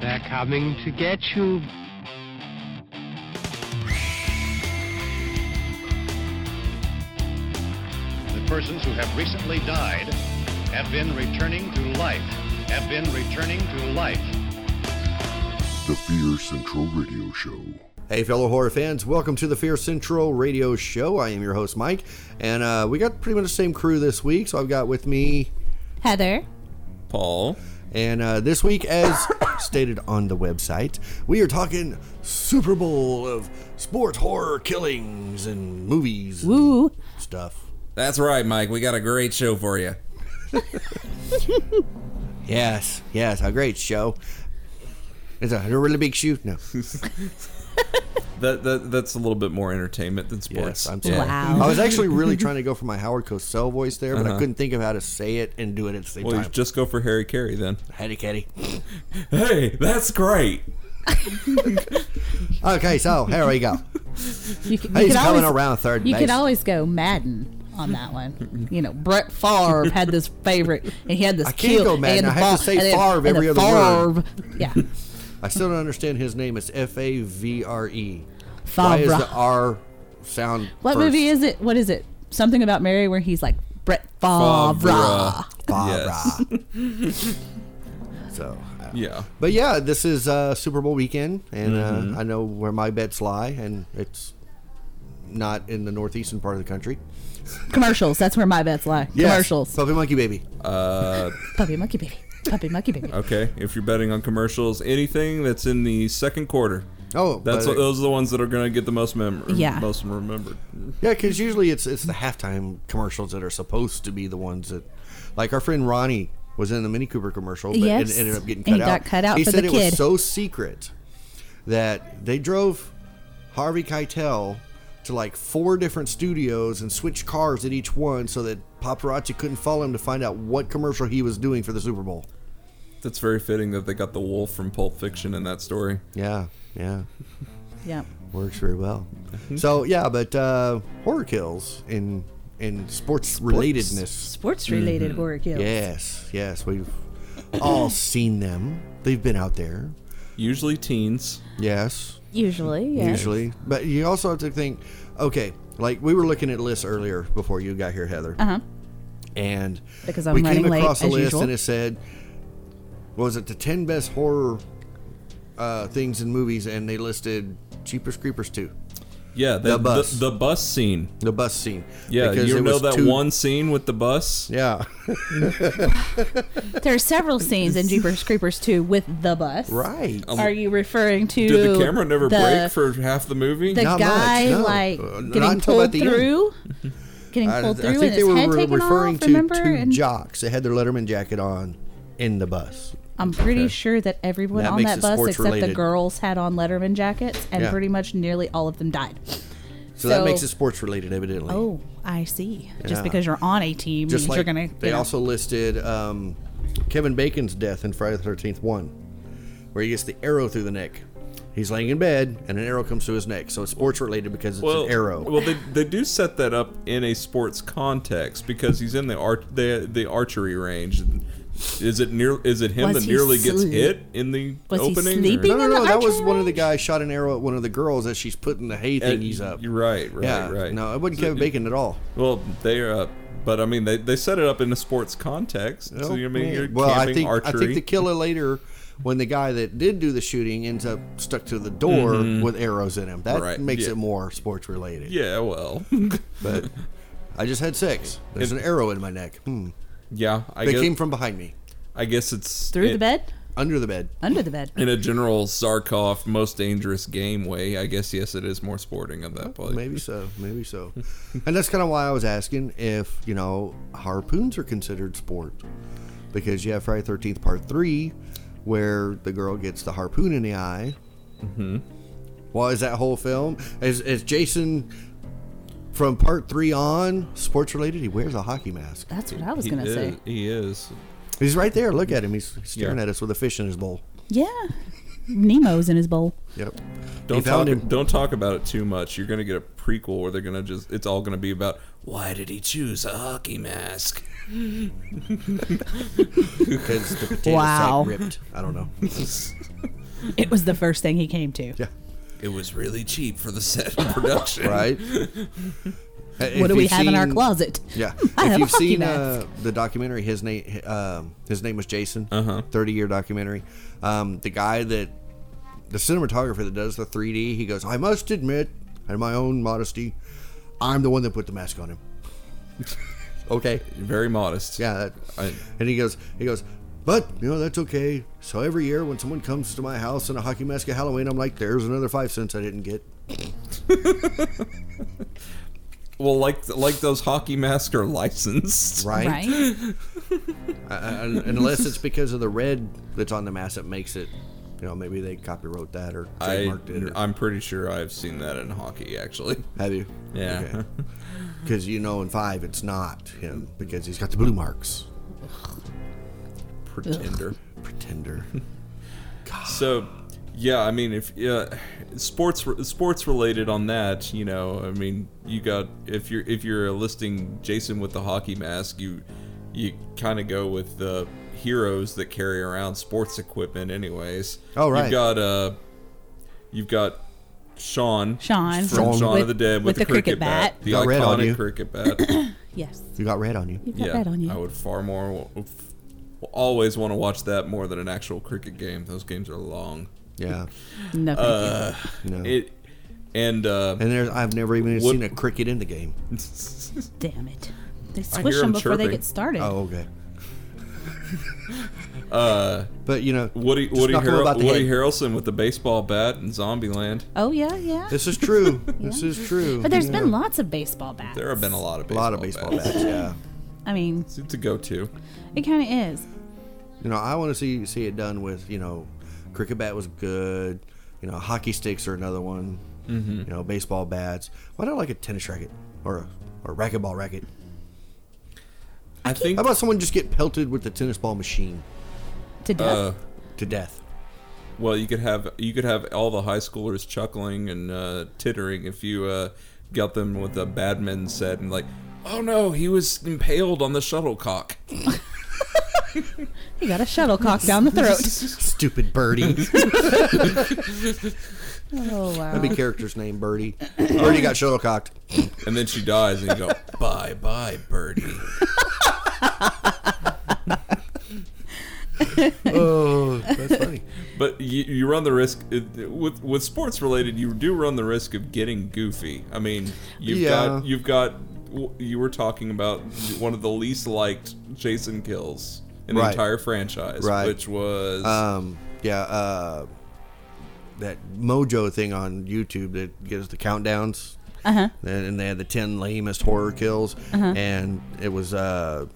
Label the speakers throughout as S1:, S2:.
S1: They're coming to get you.
S2: The persons who have recently died have been returning to life, have been returning to life.
S3: The Fear Central Radio Show.
S4: Hey, fellow horror fans, welcome to the Fear Central Radio Show. I am your host, Mike, and uh, we got pretty much the same crew this week. So I've got with me,
S5: Heather.
S6: Paul.
S4: and uh, this week, as stated on the website, we are talking Super Bowl of sports horror killings and movies and
S5: Woo.
S4: stuff.
S6: That's right, Mike. We got a great show for you.
S4: Yes, yes, a great show. It's a really big shoot. No,
S6: That, that that's a little bit more entertainment than sports.
S4: I'm sorry.
S5: Wow.
S4: I was actually really trying to go for my Howard Cosell voice there, but I couldn't think of how to say it and do it at the same
S6: Well, you
S4: time.
S6: just go for Harry Carey then.
S4: Hattie Catty.
S6: Hey, that's great.
S4: Okay, so here we go.
S5: You, c- you
S4: He's
S5: could
S4: coming
S5: always-
S4: around third
S5: You
S4: base.
S5: could always go Madden on that one. You know, Brett Favre had this favorite, and he had this
S4: I can't
S5: kill.
S4: go Madden.
S5: and
S4: I
S5: the
S4: have to
S5: ball-
S4: say
S5: and then-
S4: Favre
S5: and
S4: every
S5: the
S4: other word.
S5: Favre. Yeah,
S4: I still don't understand his name. It's F A V R E. Why is the
S5: Favre.
S4: R sound?
S5: What
S4: first?
S5: movie is it? What is it? Something about Mary where he's like Brett Favre.
S4: Favre. so, I-
S6: Yeah.
S4: but yeah, this is uh, Super Bowl weekend, and
S6: Mm-hmm.
S4: uh, I know where my bets lie, and it's not in the northeastern part of the country.
S5: Commercials. That's where my bets lie.
S4: Yes,
S5: Commercials.
S4: Puppy Monkey Baby.
S6: Uh,
S5: Puppy monkey baby. Puppy monkey baby.
S4: Uh,
S6: Okay. If you're betting on commercials, anything that's in the second quarter.
S4: Oh,
S6: That's
S4: but-
S6: what, those are the ones that are going to get the most mem-
S5: Yeah.
S6: most remembered.
S4: Yeah, because usually it's it's the halftime commercials that are supposed to be the ones that, like our friend Ronnie was in the Mini Cooper commercial, but
S5: Yes,
S4: it ended up getting cut
S5: and he
S4: out.
S5: got cut out
S4: He
S5: for
S4: said
S5: the
S4: it
S5: kid.
S4: was so secret that they drove Harvey Keitel to like four different studios and switched cars at each one so that paparazzi couldn't follow him to find out what commercial he was doing for the Super Bowl.
S6: That's very fitting that they got the wolf from Pulp Fiction in that story.
S4: Yeah, yeah,
S5: Yeah.
S4: works very well. So yeah, but uh, horror kills in in sports relatedness.
S5: Sports related
S4: Mm-hmm.
S5: horror kills.
S4: Yes, yes, we've all seen them. They've been out there.
S6: Usually teens.
S4: Yes,
S5: Usually. Yeah.
S4: usually. But you also have to think, okay, like we were looking at lists earlier before you got here, Heather.
S5: Uh-huh.
S4: And
S5: Because I'm
S4: we
S5: running
S4: came
S5: late,
S4: across a
S5: as
S4: list
S5: usual.
S4: and it said, what was it the ten best horror uh, things in movies? And they listed Cheapers Creepers two,
S6: Yeah,
S4: The bus.
S6: the, bus scene.
S4: the bus scene.
S6: Yeah,
S4: because
S6: you
S4: it
S6: know
S4: was
S6: that
S4: two-
S6: one scene with the bus?
S4: Yeah,
S5: There are several scenes in Jeepers Creepers 2 with the bus.
S4: right.
S5: Are you referring to
S6: Did the camera never
S5: the-
S6: break for half the movie?
S5: the
S4: Not much,
S5: guy
S4: no.
S5: like
S4: Uh, not
S5: getting
S4: until
S5: pulled
S4: about the end.
S5: through? Getting pulled through and his head
S4: re-
S5: taken off,
S4: to
S5: remember?
S4: two
S5: And
S4: jocks that had their Letterman jacket on in the bus.
S5: I'm pretty sure that everyone
S4: That
S5: on
S4: makes
S5: that
S4: it
S5: bus
S4: sports
S5: except the
S4: related.
S5: girls had on Letterman jackets and
S4: Yeah.
S5: pretty much nearly all of them died.
S4: So,
S5: So,
S4: that makes it sports related, evidently.
S5: Oh, I see.
S4: Yeah.
S5: Just because you're on a team
S4: just
S5: means
S4: like
S5: you're gonna
S4: they
S5: you know.
S4: also listed um, Kevin Bacon's death in Friday the Thirteenth One, where he gets the arrow through the neck. He's laying in bed and an arrow comes through his neck. So it's sports related because it's an arrow.
S6: Well, they, they do set that up in a sports context because he's in the arch the, the archery range. Is it near? Is it him
S5: Was
S6: that
S5: he
S6: nearly gets
S5: sleep-
S6: hit in the
S5: Was he
S6: opening? or-
S5: sleeping?
S4: no, no,
S5: in the
S4: no. That was
S5: archery
S4: one of the guys shot an arrow at one of the girls as she's putting the hay
S6: Uh,
S4: thingies up.
S6: You're right, right,
S4: yeah,
S6: right.
S4: No, it wasn't Kevin Bacon at all.
S6: Well, they are. Uh, but I mean, they, they set it up in a sports context. So you mean you're
S4: Oh, well, I
S6: camping
S4: think
S6: archery?
S4: I think the killer later, when the guy that did do the shooting ends up stuck to the door with arrows in him, that
S6: Mm-hmm. Right,
S4: makes
S6: yeah.
S4: it more sports related.
S6: yeah, well,
S4: But I just had sex. There's an arrow in my neck. Hmm.
S6: yeah. I
S4: They
S6: guess,
S4: came from behind me,
S6: I guess it's
S5: Through the
S6: it-
S5: bed?
S4: under the bed.
S5: Under the bed.
S6: in a general Zarkov most dangerous game way. I guess yes, it is more sporting at that point.
S4: Maybe so. Maybe so. and that's kind of why I was asking if you know harpoons are considered sport, because you have Friday Thirteenth Part Three, where the girl gets the harpoon in the eye. Mm-hmm. Well, is that whole film? Is is Jason from Part Three on sports related? He wears a hockey mask.
S5: That's what I was
S6: He
S5: gonna
S6: is-
S5: say.
S6: he is.
S4: He's right there. Look at him. He's staring
S6: Yeah.
S4: at us with a fish in his bowl.
S5: Yeah. Nemo's in his bowl.
S4: Yep.
S6: Don't
S4: found
S6: talk,
S4: him.
S6: don't talk about it too much. You're gonna get a prequel where they're gonna just it's all gonna be about why did he choose a hockey mask?
S4: Because the potato
S5: Wow.
S4: sack ripped. I don't know.
S5: It was the first thing he came to.
S4: Yeah.
S6: It was really cheap for the set and production.
S4: Right?
S5: What do we have in our closet?
S4: Yeah.
S5: I
S4: if
S5: have
S4: you've
S5: a hockey
S4: seen
S5: mask.
S4: uh, the documentary, his name um his name was Jason. Thirty year documentary. Um, the guy that the cinematographer that does the 3D, he goes, I must admit, in my own modesty, I'm the one that put the mask on him. okay.
S6: Very modest.
S4: Yeah. That,
S6: I-
S4: and he goes, he goes. But you know that's okay. So every year when someone comes to my house in a hockey mask at Halloween, I'm like, "There's another five cents I didn't get."
S6: Well, like like those hockey masks are licensed.
S4: Right?
S5: Right?
S4: Un- unless it's because of the red that's on the mask that makes it. You know, maybe they copywrote that or
S6: I,
S4: trademarked it. Or,
S6: I'm pretty sure I've seen that in hockey, actually.
S4: have you?
S6: Yeah.
S4: Because you know, in five, it's not him because he's got the blue marks.
S6: Pretender.
S4: Pretender.
S6: So, yeah, I mean, if yeah, sports sports related on that, you know, I mean, you got if you're if you're listing Jason with the hockey mask, you you kind of go with the heroes that carry around sports equipment, anyways.
S4: Oh, right.
S6: You've got uh, you've got. Sean,
S5: Sean.
S6: from
S4: Sean.
S6: Shaun
S5: With-
S6: of the Dead with, the, cricket, bat, the
S4: Got red on you.
S6: iconic cricket bat.
S5: Yes.
S4: you got red on you.
S5: You've got that on you.
S6: I would far more always want to watch that more than an actual cricket game. Those games are long.
S4: Yeah.
S5: no, thank
S4: No.
S6: It and uh,
S4: and there's, I've never even
S6: What-
S4: seen a cricket in the game.
S5: you. Damn it. They
S6: I
S5: squish
S6: hear
S5: them
S6: him
S5: before they
S6: chirping.
S5: get started.
S4: Oh, okay. uh, but you know,
S6: Woody
S4: just
S6: Woody,
S4: knock 'em
S6: Harrel-
S4: about the
S6: Woody
S4: head.
S6: Harrelson with the baseball bat in Zombieland.
S5: Oh, yeah, yeah.
S4: This is true. This is true.
S5: But there's
S4: Yeah.
S5: been lots of baseball bats.
S6: There have been a lot of
S4: a
S6: baseball
S4: lot of baseball
S6: bats.
S4: bats. Yeah.
S5: I mean,
S6: It's a go-to.
S5: it kind of is.
S4: You know, I want to see see it done with you know, cricket bat was good. You know, hockey sticks are another one. Mm-hmm. You know, baseball bats. Why not like a tennis racket or a, or a racquetball racket?
S6: I think
S4: How about someone just get pelted with the tennis ball machine
S5: To death.
S6: uh,
S4: to death?
S6: well, you could have you could have all the high schoolers chuckling and uh, tittering if you uh, got them with a badman set and like, oh no, he was impaled on the shuttlecock.
S5: he got a shuttlecock down the throat.
S4: Stupid birdie. That'd
S5: oh, wow.
S4: be character's name, Birdie. Birdie got shuttlecocked.
S6: And then she dies, and you go, bye bye, birdie.
S4: Oh, that's funny.
S6: But you, you run the risk it- with with sports related. You do run the risk of getting goofy. I mean, you've
S4: Yeah.
S6: got you've got you were talking about one of the least liked Jason kills in the
S4: Right.
S6: entire franchise,
S4: Right.
S6: which was
S4: Um, yeah. Uh, that Mojo thing on YouTube that gives the countdowns.
S5: Uh huh.
S4: and, and they had the 10 lamest horror kills
S5: Uh-huh.
S4: and it was uh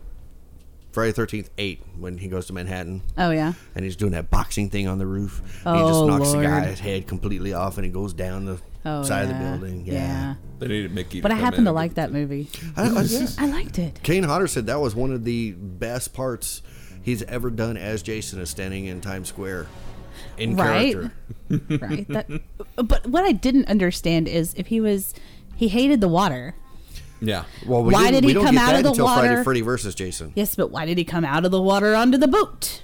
S4: friday 13th 8 when he goes to manhattan
S5: Oh, yeah.
S4: and he's doing that boxing thing on the roof and he just
S5: Oh,
S4: knocks
S5: Lord.
S4: the guy's head completely off and it goes down the
S5: Oh,
S4: side of
S5: yeah.
S4: the building yeah,
S6: they needed Mickey.
S5: But I
S6: come
S5: happen to
S6: in.
S5: like that movie.
S4: I don't- I- yeah.
S5: I liked it.
S4: kane hodder said that was one of the best parts he's ever done as jason is standing in times square in
S5: Right.
S4: character
S5: Right. That, but what I didn't understand is if he was, he hated the water.
S6: Yeah,
S4: well we
S5: Why
S4: didn't,
S5: did
S4: we
S5: he
S4: don't
S5: come
S4: get
S5: out
S4: that
S5: of the
S4: until friday
S5: water?
S4: freddy versus jason
S5: Yes, but why did he come out of the water onto the boat?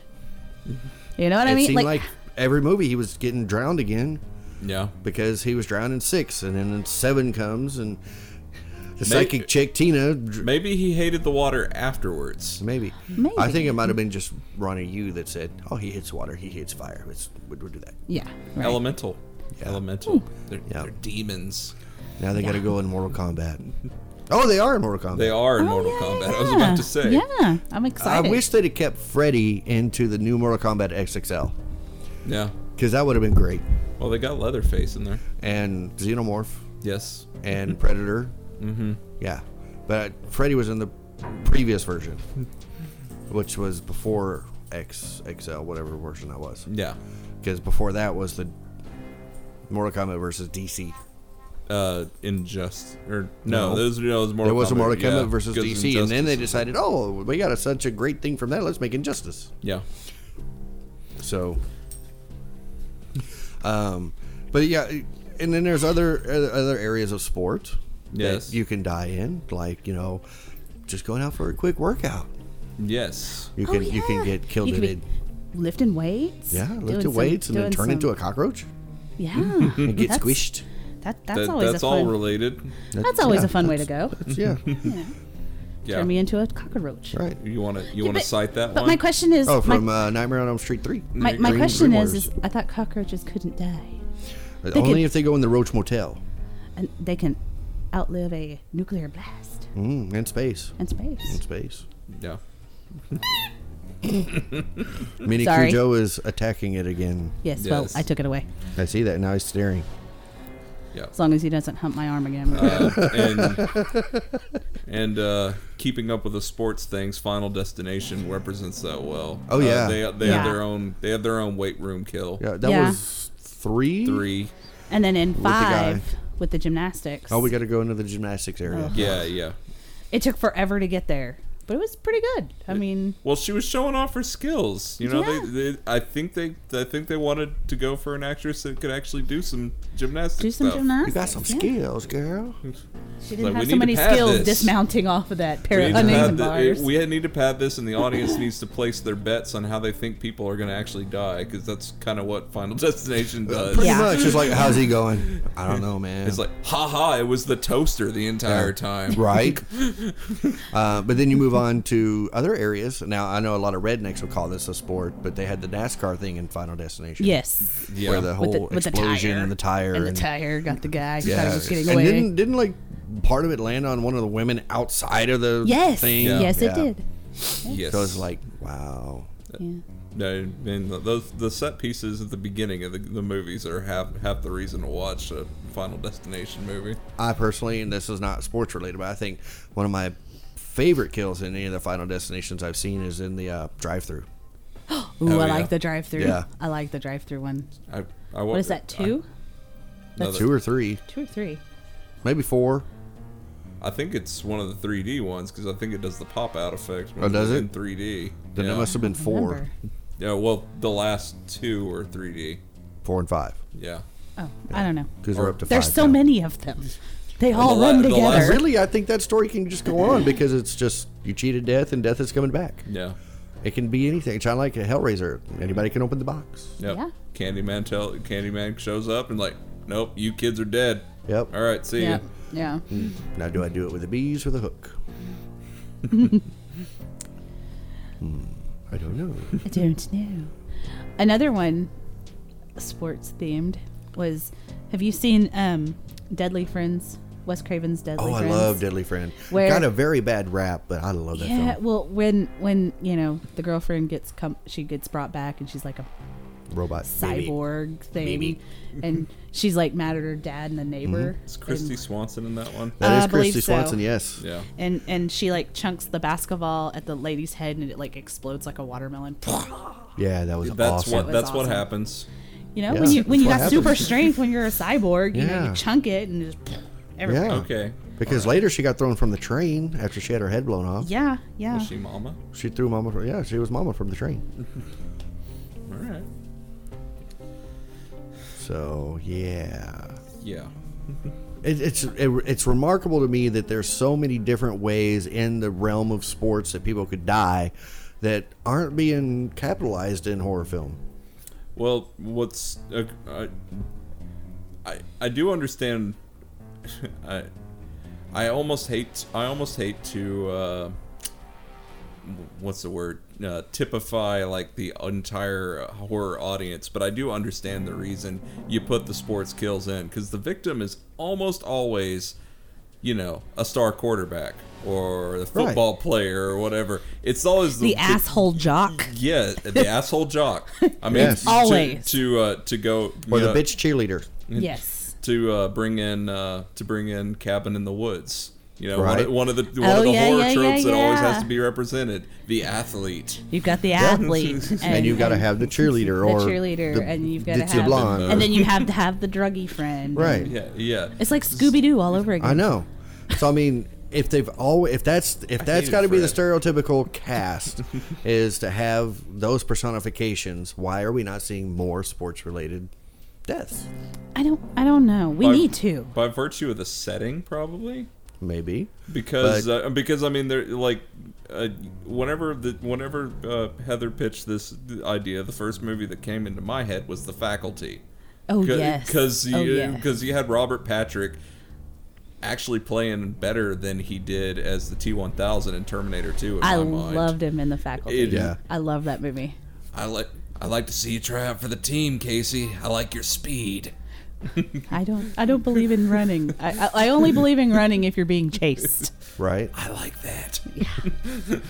S5: You know what
S4: it
S5: I mean?
S4: seemed like every movie he was getting drowned again
S6: yeah.
S4: because he was drowned in six, and then seven comes, and the psychic chick Tina, dr-
S6: Maybe he hated the water afterwards.
S4: maybe.
S5: Maybe.
S4: I think it might have been just Ronnie Yu that said, "Oh, he hates water, he hates fire." It's, we would do that.
S5: yeah.
S6: Oh,
S5: Right.
S6: Elemental, elemental.
S5: Hmm.
S6: They're,
S4: Yeah.
S6: they're demons.
S4: Now they got to go in Mortal Kombat. Oh, they are in Mortal Kombat.
S6: They are in
S5: Oh,
S6: Mortal
S5: yeah,
S6: Kombat.
S5: yeah,
S6: I was about to say.
S5: Yeah, I'm
S4: I
S5: excited.
S4: wish they'd have kept Freddy into the new Mortal Kombat XXL
S6: Yeah.
S4: because that would have been great.
S6: Well, they got Leatherface in there.
S4: And Xenomorph
S6: Yes.
S4: and Predator. Mm-hmm. Yeah, but Freddy was in the previous version, which was before XXL, whatever version that was.
S6: Yeah.
S4: because before that was the Mortal Kombat versus DC.
S6: uh Injustice or no,
S4: No.
S6: those no, it was Mortal
S4: There was
S6: Kombat,
S4: a Mortal Kombat
S6: yeah,
S4: versus
S6: because
S4: DC, and then they
S6: Injustice-
S4: decided, oh, we got a, such a great thing from that. Let's make Injustice.
S6: yeah
S4: So, um, but yeah, and then there's other other areas of sport
S6: Yes.
S4: that you can die in, like you know, just going out for a quick workout.
S6: yes
S4: You
S5: Oh,
S4: can you can
S5: yeah.
S4: get killed
S5: You
S4: in
S5: could
S4: it.
S5: be lifting weights.
S4: Yeah,
S5: doing
S4: lift
S5: some-
S4: your weights and then
S5: doing
S4: turn
S5: some-
S4: into a cockroach
S5: yeah.
S4: and get
S5: That's-
S4: squished.
S5: That that's
S6: that,
S5: always
S6: that's
S5: a
S6: all
S5: fun.
S6: related.
S5: that's always
S4: yeah,
S5: a fun way to go.
S4: Yeah.
S6: Yeah.
S5: Turn me into a cockroach.
S4: right.
S6: you want to you want to
S5: but-
S6: cite that
S5: But
S6: one?
S5: my question is,
S4: Oh, from
S5: my,
S4: uh, Nightmare on Elm Street 3.
S5: my, my
S4: Green-
S5: question
S4: Green
S5: is, is,
S4: Waters.
S5: I thought cockroaches couldn't die,
S4: Uh, only
S5: could-
S4: if they go in the Roach Motel
S5: and they can outlive a nuclear blast
S4: mm, in space.
S5: in space.
S4: In space.
S6: yeah.
S4: Mini
S5: Sorry.
S4: Cujo is attacking it again.
S5: Yes, well,
S6: Yes.
S5: I took it away.
S4: I see that. Now he's staring.
S6: Yeah.
S5: As long as he doesn't hump my arm again.
S6: Uh, and and uh, keeping up with the sports things, Final Destination represents that well.
S4: Oh,
S6: Uh,
S4: yeah.
S6: they they have
S5: Yeah.
S6: their own they have their own weight room kill.
S4: Yeah, that
S5: Yeah.
S4: was three.
S6: Three.
S5: and then in
S4: guy.
S5: five with the gymnastics.
S4: Oh, we got to go into the gymnastics area.
S5: Oh.
S6: Yeah, yeah.
S5: it took forever to get there, but it was pretty good. I mean,
S6: Well, she was showing off her skills. You know,
S5: Yeah.
S6: they, they I think they I think they wanted to go for an actress that could actually do some gymnastics.
S5: do some
S6: stuff.
S4: You
S5: gymnastics.
S4: got some
S5: yeah.
S4: skills, girl.
S5: She didn't
S6: Like,
S5: have
S6: we need
S5: so
S6: to
S5: many
S6: pad
S5: skills
S6: this.
S5: dismounting off of that pair
S6: We
S5: of
S6: need, to
S5: onions
S6: pad
S5: and
S6: the,
S5: bars.
S6: we need to pad this, and the audience needs to place their bets on how they think people are going to actually die, because that's kind of what Final Destination does.
S4: Pretty
S5: Yeah.
S4: much. It's like, how's he going? I don't know, man.
S6: It's like, haha, it was the toaster the entire
S4: Yeah.
S6: time.
S4: right? uh, but then you move on to other areas. Now I know a lot of rednecks would call this a sport, but they had the NASCAR thing in Final Destination.
S5: yes.
S6: Yeah.
S4: where the whole
S5: With the- with
S4: Oh,
S5: the
S4: explosion
S5: tire.
S4: and the tire
S5: And the tire got the guy who thought he was getting
S4: and
S5: away.
S4: didn't didn't like part of it land on one of the women outside of the
S5: yes.
S4: thing?
S6: Yeah.
S5: Yes,
S4: Yeah.
S5: it did.
S6: Yes.
S4: So it's like wow.
S5: Yeah.
S6: No, and those the set pieces at the beginning of the, the movies are half half the reason to watch a Final Destination movie.
S4: I personally, and this is not sports related, but I think one of my favorite kills in any of the Final Destinations I've seen is in the uh, drive-through.
S5: Ooh,
S6: Oh,
S5: I
S6: yeah.
S5: like the drive through.
S4: Yeah.
S5: I like the drive through one.
S6: I, I
S5: What is that, two?
S6: That's
S4: Two or three,
S5: two or three?
S4: maybe four.
S6: I think it's one of the 3D ones because I think it does the pop out effect. when
S4: Oh, does
S6: it's
S4: it?
S6: In 3D.
S4: Then
S6: yeah.
S4: it must have been four,
S5: Remember.
S6: yeah. Well, the last two are 3D.
S4: four and five
S6: Yeah.
S5: Oh, I don't know.
S4: because we're up to
S5: There's
S4: five
S5: so
S4: now.
S5: many of them. They
S6: the
S5: all
S6: la-
S5: run
S6: the last-
S5: together.
S4: Really, I think that story can just go on because it's just you cheated death and death is coming back.
S6: Yeah.
S4: It can be anything. It's not like a Hellraiser. Anybody can open the box.
S6: Yep.
S5: Yeah.
S6: Candyman tell Candyman shows up and like, nope, you kids are dead.
S4: Yep.
S6: All right, see
S5: Yeah.
S6: ya.
S5: Yeah.
S4: Now, do I do it with the bees or the hook? Hmm, I don't know.
S5: I don't know. Another one, sports themed, was have you seen um, Deadly Friends? Wes Craven's Deadly
S4: Oh, I
S5: Friends.
S4: love Deadly Friend.
S5: Where-
S4: Got a very bad rap, but I love that
S5: Yeah,
S4: film.
S5: well, when when you know the girlfriend gets come, she gets brought back, and she's like a
S4: Robot baby.
S5: cyborg thing, and she's like mad at her dad
S4: Mm-hmm.
S5: and the neighbor.
S6: Is Christy Swanson in that one?
S4: That is
S5: Uh, I believe
S4: Christy
S5: so.
S4: Swanson. Yes.
S6: Yeah.
S5: And, and and she like chunks the basketball at the lady's head, and it like explodes like a watermelon.
S4: Yeah, that was
S6: That's
S4: awesome.
S6: what
S5: was
S6: that's what
S5: awesome.
S6: happens.
S5: You know,
S4: Yeah,
S5: when you when
S4: that's
S5: you
S4: what
S5: got super
S4: happens.
S5: strength when you're a cyborg, you know,
S4: Yeah.
S5: you chunk it and just everywhere.
S4: Yeah.
S6: Okay.
S4: Because later she got thrown from the train after she had her head blown off.
S5: Yeah, yeah.
S6: Was she mama?
S4: She threw mama. From, yeah, she was mama from the train.
S6: All right.
S4: So yeah.
S6: Yeah.
S4: It, it's it, it's remarkable to me that there's so many different ways in the realm of sports that people could die that aren't being capitalized in horror film.
S6: Well, what's uh, I, I I do understand. I I almost hate I almost hate to uh, what's the word uh, typify like the entire horror audience, but I do understand the reason you put the sports kills in because the victim is almost always you know a star quarterback or the
S4: Right.
S6: football player or whatever. It's always
S5: the asshole jock.
S6: yeah, the asshole jock. I mean,
S4: Yes.
S6: to,
S5: Always.
S6: to uh, to go
S4: Or
S6: you
S4: the
S6: know,
S4: bitch cheerleader.
S5: yes.
S6: to uh, bring in uh, to bring in cabin in the woods. You know,
S4: Right.
S6: one, of, one of the one
S5: Oh,
S6: of the
S5: yeah,
S6: horror
S5: yeah,
S6: tropes
S5: yeah,
S6: that always
S5: yeah.
S6: has to be represented: the athlete.
S5: You've got the athlete. and,
S4: And you've got to have the cheerleader
S5: the
S4: or
S5: cheerleader, and you've got to
S4: ditzy
S5: have
S4: blonde.
S5: and then you have to have the druggy friend.
S4: right.
S6: Yeah, yeah.
S5: It's like Scooby Doo all over again.
S4: I know. So I mean, if they've always if that's if that's
S6: hated
S4: got to be the
S6: Fred.
S4: stereotypical cast is to have those personifications, why are we not seeing more sports related deaths?
S5: I don't. I don't know. We
S6: By-
S5: need to.
S6: by virtue of the setting, probably.
S4: maybe.
S6: because uh, because I mean they're like uh, whenever the whenever uh, Heather pitched this idea, the first movie that came into my head was The Faculty.
S5: Oh
S6: Cause,
S5: yes.
S6: Cause
S5: oh,
S6: you,
S5: yes.
S6: cause you had Robert Patrick actually playing better than he did as the T one thousand in Terminator two. In
S5: I
S6: my mind.
S5: loved him in the faculty.
S6: It- Yeah.
S5: I love that movie.
S6: I like. I like to see you try out for the team, Casey. I like your speed.
S5: I don't. I don't believe in running. I, I, I only believe in running if you're being chased.
S4: Right.
S6: I like that.
S4: But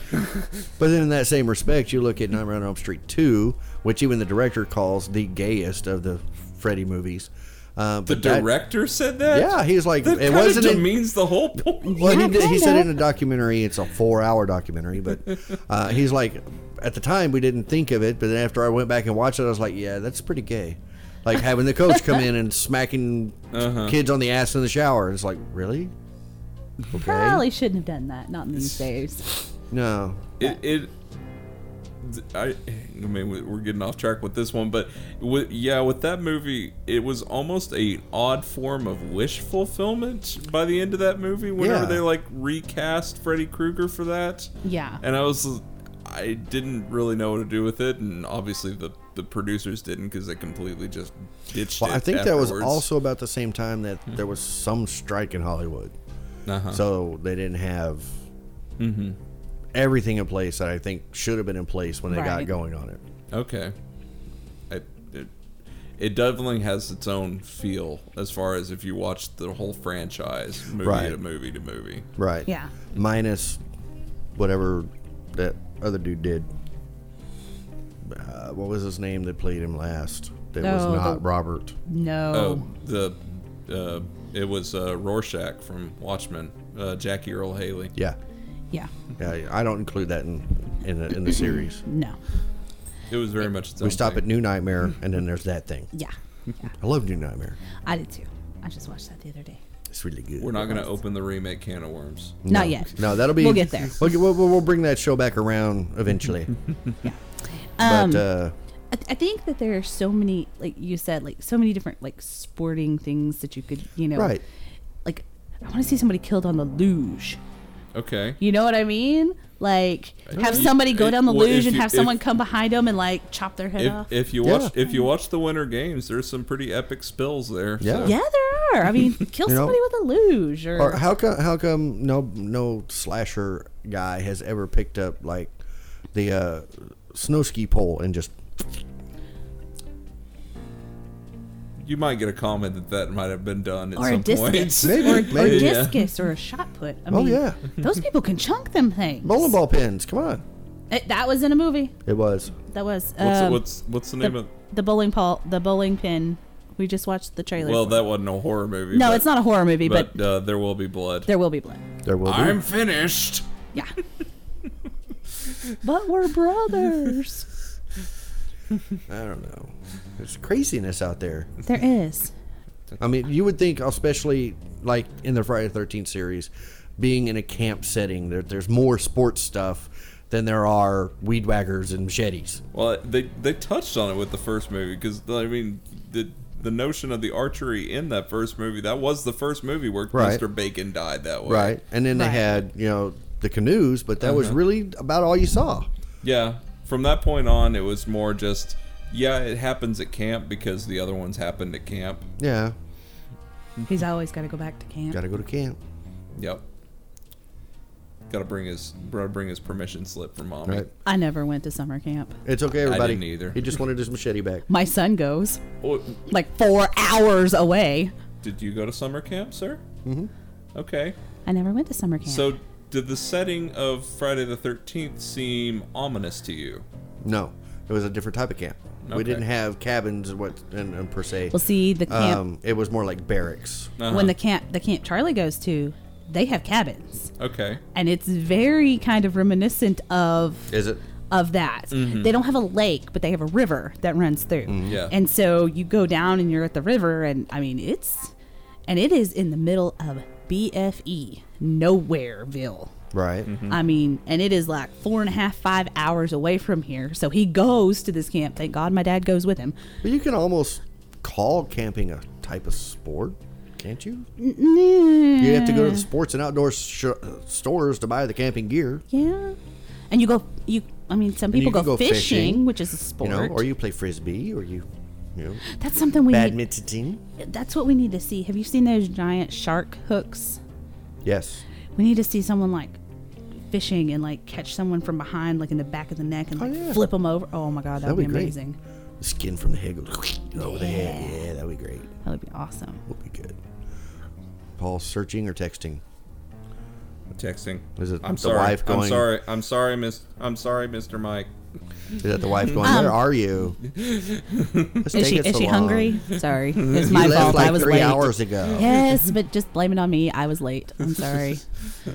S4: then, in that same respect, you look at Nightmare on Elm Street 2, which even the director calls the gayest of the Freddy movies. Uh,
S6: The
S4: but that-
S6: director said that.
S4: Yeah, he's like,
S6: that
S4: it
S6: it
S4: wasn't in-
S6: demeans the whole point.
S4: Well,
S5: Yeah,
S4: he, did, he
S5: kinda.
S4: said in a documentary, it's a four hour documentary, but uh, he's like, at the time, we didn't think of it, but then after I went back and watched it, I was like, yeah, that's pretty gay. Like having the coach come in and smacking
S6: Uh-huh.
S4: kids on the ass in the shower. It's like, really? Okay.
S5: Probably shouldn't have done that. Not in these days.
S4: No.
S6: it, it th- I, I mean we- we're getting off track with this one but with, yeah with that movie it was almost a odd form of wish fulfillment by the end of that movie whenever
S4: Yeah.
S6: they like recast freddy krueger for that
S5: Yeah.
S6: and i was i didn't really know what to do with it and obviously the the producers didn't because they completely just ditched
S4: Well,
S6: it
S4: I think that was
S6: afterwards.
S4: also about the same time that there was some strike in Hollywood.
S6: uh-huh.
S4: So they didn't have
S6: Mm-hmm.
S4: everything in place that I think should have been in place when they
S5: Right.
S4: got going on it.
S6: Okay. I, it, it definitely has its own feel as far as if you watch the whole franchise, movie
S4: Right.
S6: to movie to movie.
S4: Right.
S5: Yeah.
S4: Minus whatever that other dude did. Uh, what was his name that played him last? That was
S5: Oh, the-
S4: not Robert.
S5: No.
S6: Oh, the uh, it was uh, Rorschach from Watchmen, uh, Jackie Earl Haley.
S4: Yeah.
S5: Yeah.
S4: Yeah, I don't include that in in the, in the series.
S5: No.
S6: It was very much. Its
S4: We
S6: own
S4: stop
S6: thing.
S4: at New Nightmare, and then there's that thing.
S5: Yeah.
S4: I love New Nightmare.
S5: I did too. I just watched that the other day.
S4: It's really good.
S6: We're not going to open the remake can of worms.
S5: Not yet.
S4: No, that'll be.
S5: We'll get there.
S4: We'll, we'll, we'll bring that show back around eventually.
S5: Um,
S4: but uh,
S5: I, I think that there are so many, like you said, like so many different like sporting things that you could, you know,
S4: Right.
S5: Like I want to see somebody killed on the luge.
S6: Okay.
S5: You know what I mean? Like have
S6: you-
S5: somebody go
S6: it-
S5: down the
S6: well,
S5: luge
S6: if
S5: and
S6: you-
S5: have someone
S6: if-
S5: come behind them and like chop their head off.
S6: If, if you
S4: Yeah.
S6: watch if you watch the Winter Games, there's some pretty epic spills there.
S4: Yeah.
S6: so-
S5: yeah, there are. I mean, kill
S4: uh, You know-
S5: somebody with a luge or,
S4: or how come how come no no slasher guy has ever picked up like the uh, snow ski pole and just
S6: You might get a comment that that might have been done at
S5: or a
S6: some point.
S5: discus
S4: Maybe,
S5: or, or
S4: maybe.
S6: Yeah.
S5: discus or a shot put. I
S4: Oh,
S5: mean,
S4: yeah.
S5: those people can chunk them things.
S4: bowling ball pins? Come on,
S5: It- that was in a movie.
S4: it was
S5: That was
S6: What's,
S5: um,
S6: what's what's the name
S5: the,
S6: of?
S5: the bowling ball, the bowling pin. We just watched the trailer.
S6: Well, that wasn't a horror movie.
S5: no,
S6: but-
S5: it's not a horror movie, but,
S6: But, uh, there will be blood.
S5: there will be blood.
S4: there will be.
S6: I'm finished.
S5: Yeah. but we're brothers.
S4: I don't know. There's craziness out there.
S5: There is.
S4: I mean, you would think, especially like in the Friday Thirteenth series, being in a camp setting, there, there's more sports stuff than there are weed whackers and machetes.
S6: Well, they they touched on it with the first movie because I mean the the notion of the archery in that first movie that was the first movie where
S4: Right.
S6: Mr. Bacon died that way.
S4: Right. And then they
S5: Right.
S4: had, you know, the canoes, but that was really about all you saw.
S6: Yeah. From that point on, it was more just yeah, it happens at camp because the other ones happened at camp.
S4: Yeah.
S5: He's always got to go back to camp.
S4: Got to go to camp.
S6: Yep. Got to bring his gotta bring his permission slip from mommy.
S4: Right.
S5: I never went to summer camp.
S4: It's okay, everybody.
S6: didn't either.
S4: He just wanted his machete back.
S5: My son goes
S6: Oh,
S5: like four hours away.
S6: did you go to summer camp, sir? Mm-hmm. Okay.
S5: I never went to summer camp.
S6: So, did the setting of Friday the 13th seem ominous to you?
S4: No, it was a different type of camp.
S6: Okay.
S4: We didn't have cabins, and what and, and per se.
S5: we'll see the camp
S4: Um, it was more like barracks.
S6: uh-huh.
S5: when the camp the camp Charlie goes to. They have cabins,
S6: Okay.
S5: and it's very kind of reminiscent of
S4: Is it?
S5: of that.
S4: Mm-hmm.
S5: They don't have a lake, but they have a river that runs through.
S6: Yeah.
S5: And so you go down and you're at the river, and I mean, it's, and it is in the middle of BFE, Nowhereville.
S4: Right.
S6: Mm-hmm.
S5: I mean, and it is like four and a half, five hours away from here. So he goes to this camp. Thank God my dad goes with him.
S4: But you can almost call camping a type of sport. Can't you?
S5: You Mm-hmm.
S4: You have to go to the sports and outdoor sh- stores to buy the camping gear,
S5: Yeah, and you go you. I mean, some
S4: you
S5: people go,
S4: can go
S5: fishing,
S4: fishing,
S5: which is a sport.
S4: you know, or you play frisbee, or you, you know,
S5: that's something we need,
S4: badminton.
S5: that's what we need to see. Have you seen those giant shark hooks?
S4: Yes.
S5: We need to see someone like fishing and like catch someone from behind, like in the back of the neck, and
S4: Oh,
S5: like flip 'em
S4: yeah.
S5: flip them over. Oh my god, that
S4: That'd
S5: would be,
S4: be great.
S5: amazing.
S4: The skin from the head goes over the head. Yeah, that would be great.
S5: That would be awesome.
S4: Would be good. Paul, searching or texting?
S6: Texting.
S4: Is it
S6: I'm
S4: the
S6: sorry.
S4: wife
S6: I'm
S4: going-
S6: sorry. I'm sorry, Miss. I'm sorry, Mr. Mike.
S4: Is that the wife going? Where are you? Let's
S5: Um, Is
S4: take
S5: she
S4: it
S5: is
S4: so long. Mm-hmm.
S5: she hungry? Sorry, it's
S4: You
S5: my
S4: left
S5: fault.
S4: like
S5: I was
S4: three
S5: late.
S4: hours ago.
S5: Yes, but just blame it on me. I was late. I'm sorry.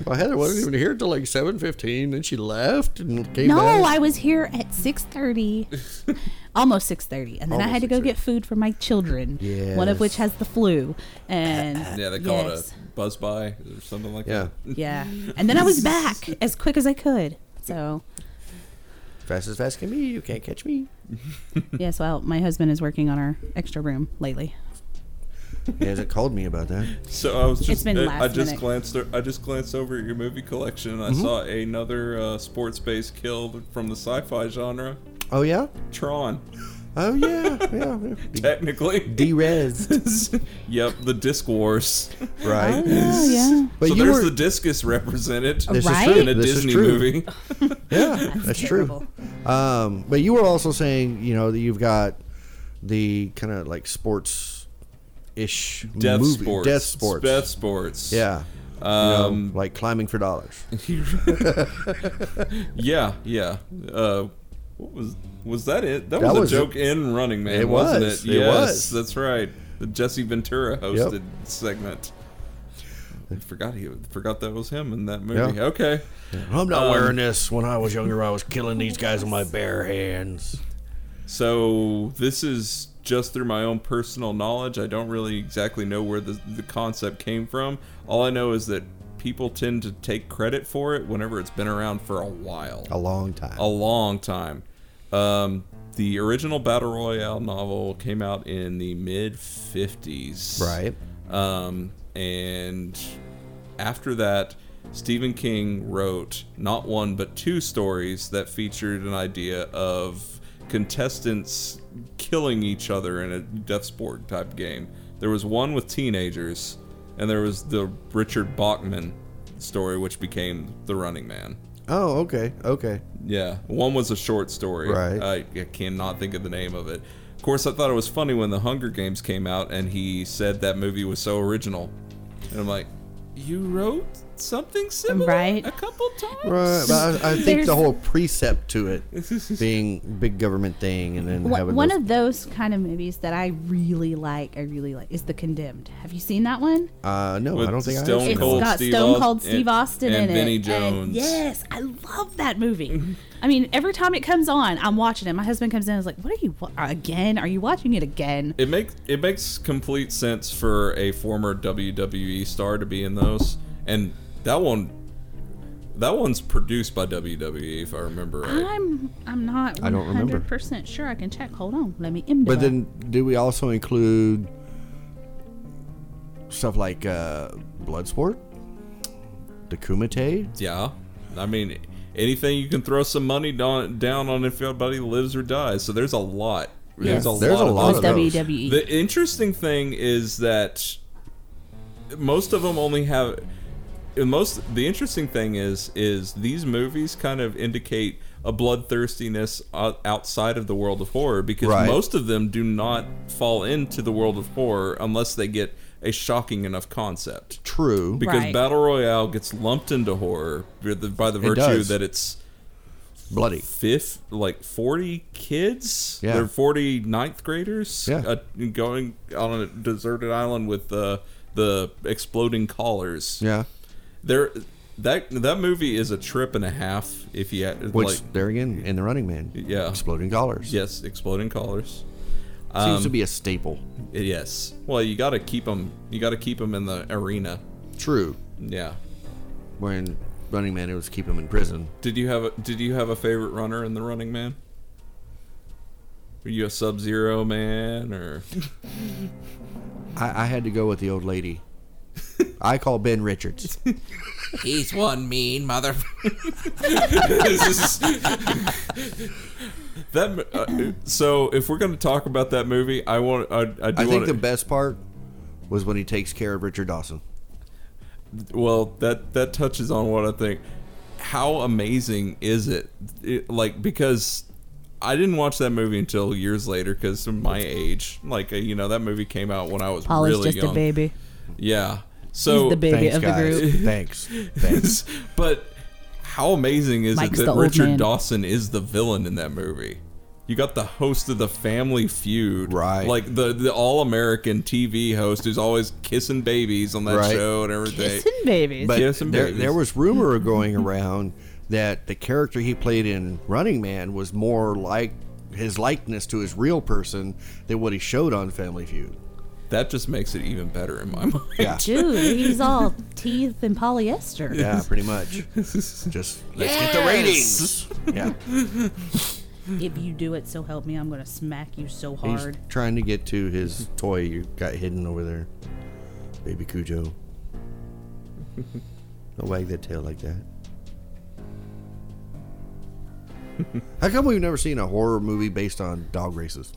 S4: Well, Heather wasn't even here till like seven fifteen. Then she left and came
S5: no,
S4: back.
S5: I was here at six thirty, almost six thirty, and then I
S4: Almost
S5: had to go
S4: 6:30.
S5: get food for my children. One of which
S4: Yes.
S5: has the flu, and
S6: Yeah, they call
S5: yes,
S6: it a buzz by or something like
S4: yeah,
S5: yeah. And then I was back as quick as I could. So
S4: fast as fast can be. You can't catch me.
S5: yes, well, my husband is working on our extra room lately.
S4: He hasn't called me about that.
S6: that. So I was just.
S5: been
S6: I, I
S5: last
S6: just
S5: minute.
S6: glanced. o- I just glanced over at your movie collection. and I
S4: Mm-hmm.
S6: saw another uh, sports-based kill from the sci-fi genre.
S4: Oh yeah,
S6: Tron.
S4: oh yeah, yeah. yeah.
S6: Technically.
S4: De- Derez,
S6: yep. The Disc Wars.
S4: right?
S5: Oh yeah.
S4: But
S6: so
S4: you
S6: there's
S4: were
S6: the disc is represented
S4: this
S5: Right?
S4: is true.
S6: in a
S4: this
S6: Disney
S4: is true.
S6: movie.
S4: Yeah, that's,
S5: terrible.
S4: true. Um, but you were also saying, you know, that you've got the kind of like sports ish
S6: Death
S4: movie,
S6: sports.
S4: death sports,
S6: Death sports.
S4: yeah, um, like climbing for dollars.
S6: Yeah, yeah. Uh, what was was that it? That,
S4: That
S6: was,
S4: was-
S6: a joke in Running Man,
S4: it
S6: wasn't
S4: was,
S6: it?
S4: it
S6: yes,
S4: was.
S6: that's right. The Jesse Ventura hosted segment. I forgot he forgot that was him in that movie.
S4: Yeah.
S6: Okay.
S4: I'm
S6: um,
S4: not wearing this. When I was younger, I was killing these guys with my bare hands.
S6: So this is just through my own personal knowledge. I don't really exactly know where the, the concept came from. All I know is that people tend to take credit for it whenever it's been around for a while.
S4: A long time.
S6: a long time. Um, the original battle royale novel came out in the mid '50s,
S4: Right.
S6: Um, and after that, Stephen King wrote not one but two stories that featured an idea of contestants killing each other in a death sport type game. There was one with teenagers, and there was the Richard Bachman story, which became The Running Man.
S4: Oh, okay, okay.
S6: Yeah, one was a short story.
S4: Right.
S6: I, I cannot think of the name of it. Of course, I thought it was funny when The Hunger Games came out, and he said that movie was so original, and I'm like, you wrote something similar
S5: Right.
S6: a couple times.
S4: Right, but I, I think
S5: There's-
S4: the whole precept to it being big government thing, and then
S5: One,
S4: having
S5: one
S4: those-
S5: of those kind of movies that I really like, I really like, is The Condemned. Have you seen that one?
S4: uh, no,
S6: With
S4: I don't think I have
S6: Stone
S4: seen
S5: It's
S4: that.
S6: Cold
S5: got
S6: Steve
S5: Stone
S6: Aust-
S5: Cold Steve
S6: and-
S5: Austin
S6: and
S5: in
S6: Vinnie
S5: it.
S6: Jones.
S5: yes, I love that movie. I mean, every time it comes on, I'm watching it. My husband comes in and is like, "What are you wa- again? Are you watching it again?"
S6: It makes it makes complete sense for a former WWE star to be in those, and that one, that one's produced by WWE, if I remember right.
S5: I'm I'm not
S4: I don't remember.
S5: 100% sure. I can check. Hold on. Let me inbox.
S4: But then, do we also include stuff like uh, Bloodsport, the Kumite?
S6: Yeah, I mean, anything you can throw some money down, down on if anybody lives or dies. So there's a lot. There's a
S4: There's
S6: lot.
S4: a
S6: of
S4: lot
S6: those.
S4: of
S5: with
S4: those.
S5: WWE.
S6: The interesting thing is that most of them only have and most. The interesting thing is is these movies kind of indicate a bloodthirstiness o- outside of the world of horror because
S4: Right.
S6: most of them do not fall into the world of horror unless they get a shocking enough concept
S4: True.
S6: because
S5: Right.
S6: battle royale gets lumped into horror by the, by the virtue
S4: does.
S6: that it's
S4: Bloody.
S6: fifth like 40 kids
S4: Yeah.
S6: they're 40 ninth graders
S4: Yeah.
S6: uh, going on a deserted island with uh, the exploding collars
S4: Yeah.
S6: there that that movie is a trip and a half if you had
S4: Which,
S6: like
S4: there again, in The Running Man.
S6: Yeah.
S4: Exploding Dollars.
S6: yes exploding collars
S4: Seems to be a staple.
S6: yes well you got to keep them you got to keep them in the arena
S4: True.
S6: yeah
S4: When Running Man, it was keep him in prison.
S6: Did you have a Did you have a favorite runner in the Running Man? Were you a Sub Zero man or
S4: I, I had to go with the old lady. I call Ben Richards.
S7: He's one mean mother.
S6: This is- that uh, so if we're going to talk about that movie, I want I, I do
S4: I think
S6: want
S4: the best part was when he takes care of Richard Dawson.
S6: well that that touches on what I think. How amazing is it? it like because I didn't watch that movie until years later because of my age. Like uh, you know that movie came out when I was
S5: Polly's
S6: really
S5: just
S6: young.
S5: a baby.
S6: Yeah. So
S5: He's the baby
S4: Thanks,
S5: of the
S4: guys.
S5: group.
S4: Thanks. Thanks.
S6: but how amazing is
S5: Mike's the
S6: it that
S5: old
S6: Richard
S5: man.
S6: Dawson is the villain in that movie? You got the host of the Family Feud,
S4: Right.
S6: Like the the all American TV host who's always kissing babies on that
S4: Right.
S6: show and everything.
S8: Kissing babies.
S4: But
S6: Yes, and
S4: there,
S6: babies.
S4: there was rumor going around that the character he played in Running Man was more like his likeness to his real person than what he showed on Family Feud.
S6: That just makes it even better in my mind.
S4: Yeah,
S8: Dude, he's all teeth and polyester.
S4: yeah, pretty much. Just let's get the ratings. Yeah,
S8: If you do it, so help me, I'm gonna smack you so
S4: he's
S8: hard.
S4: trying to get to his toy you got hidden over there, baby Cujo. Don't wag that tail like that. How come we've never seen a horror movie based on dog races?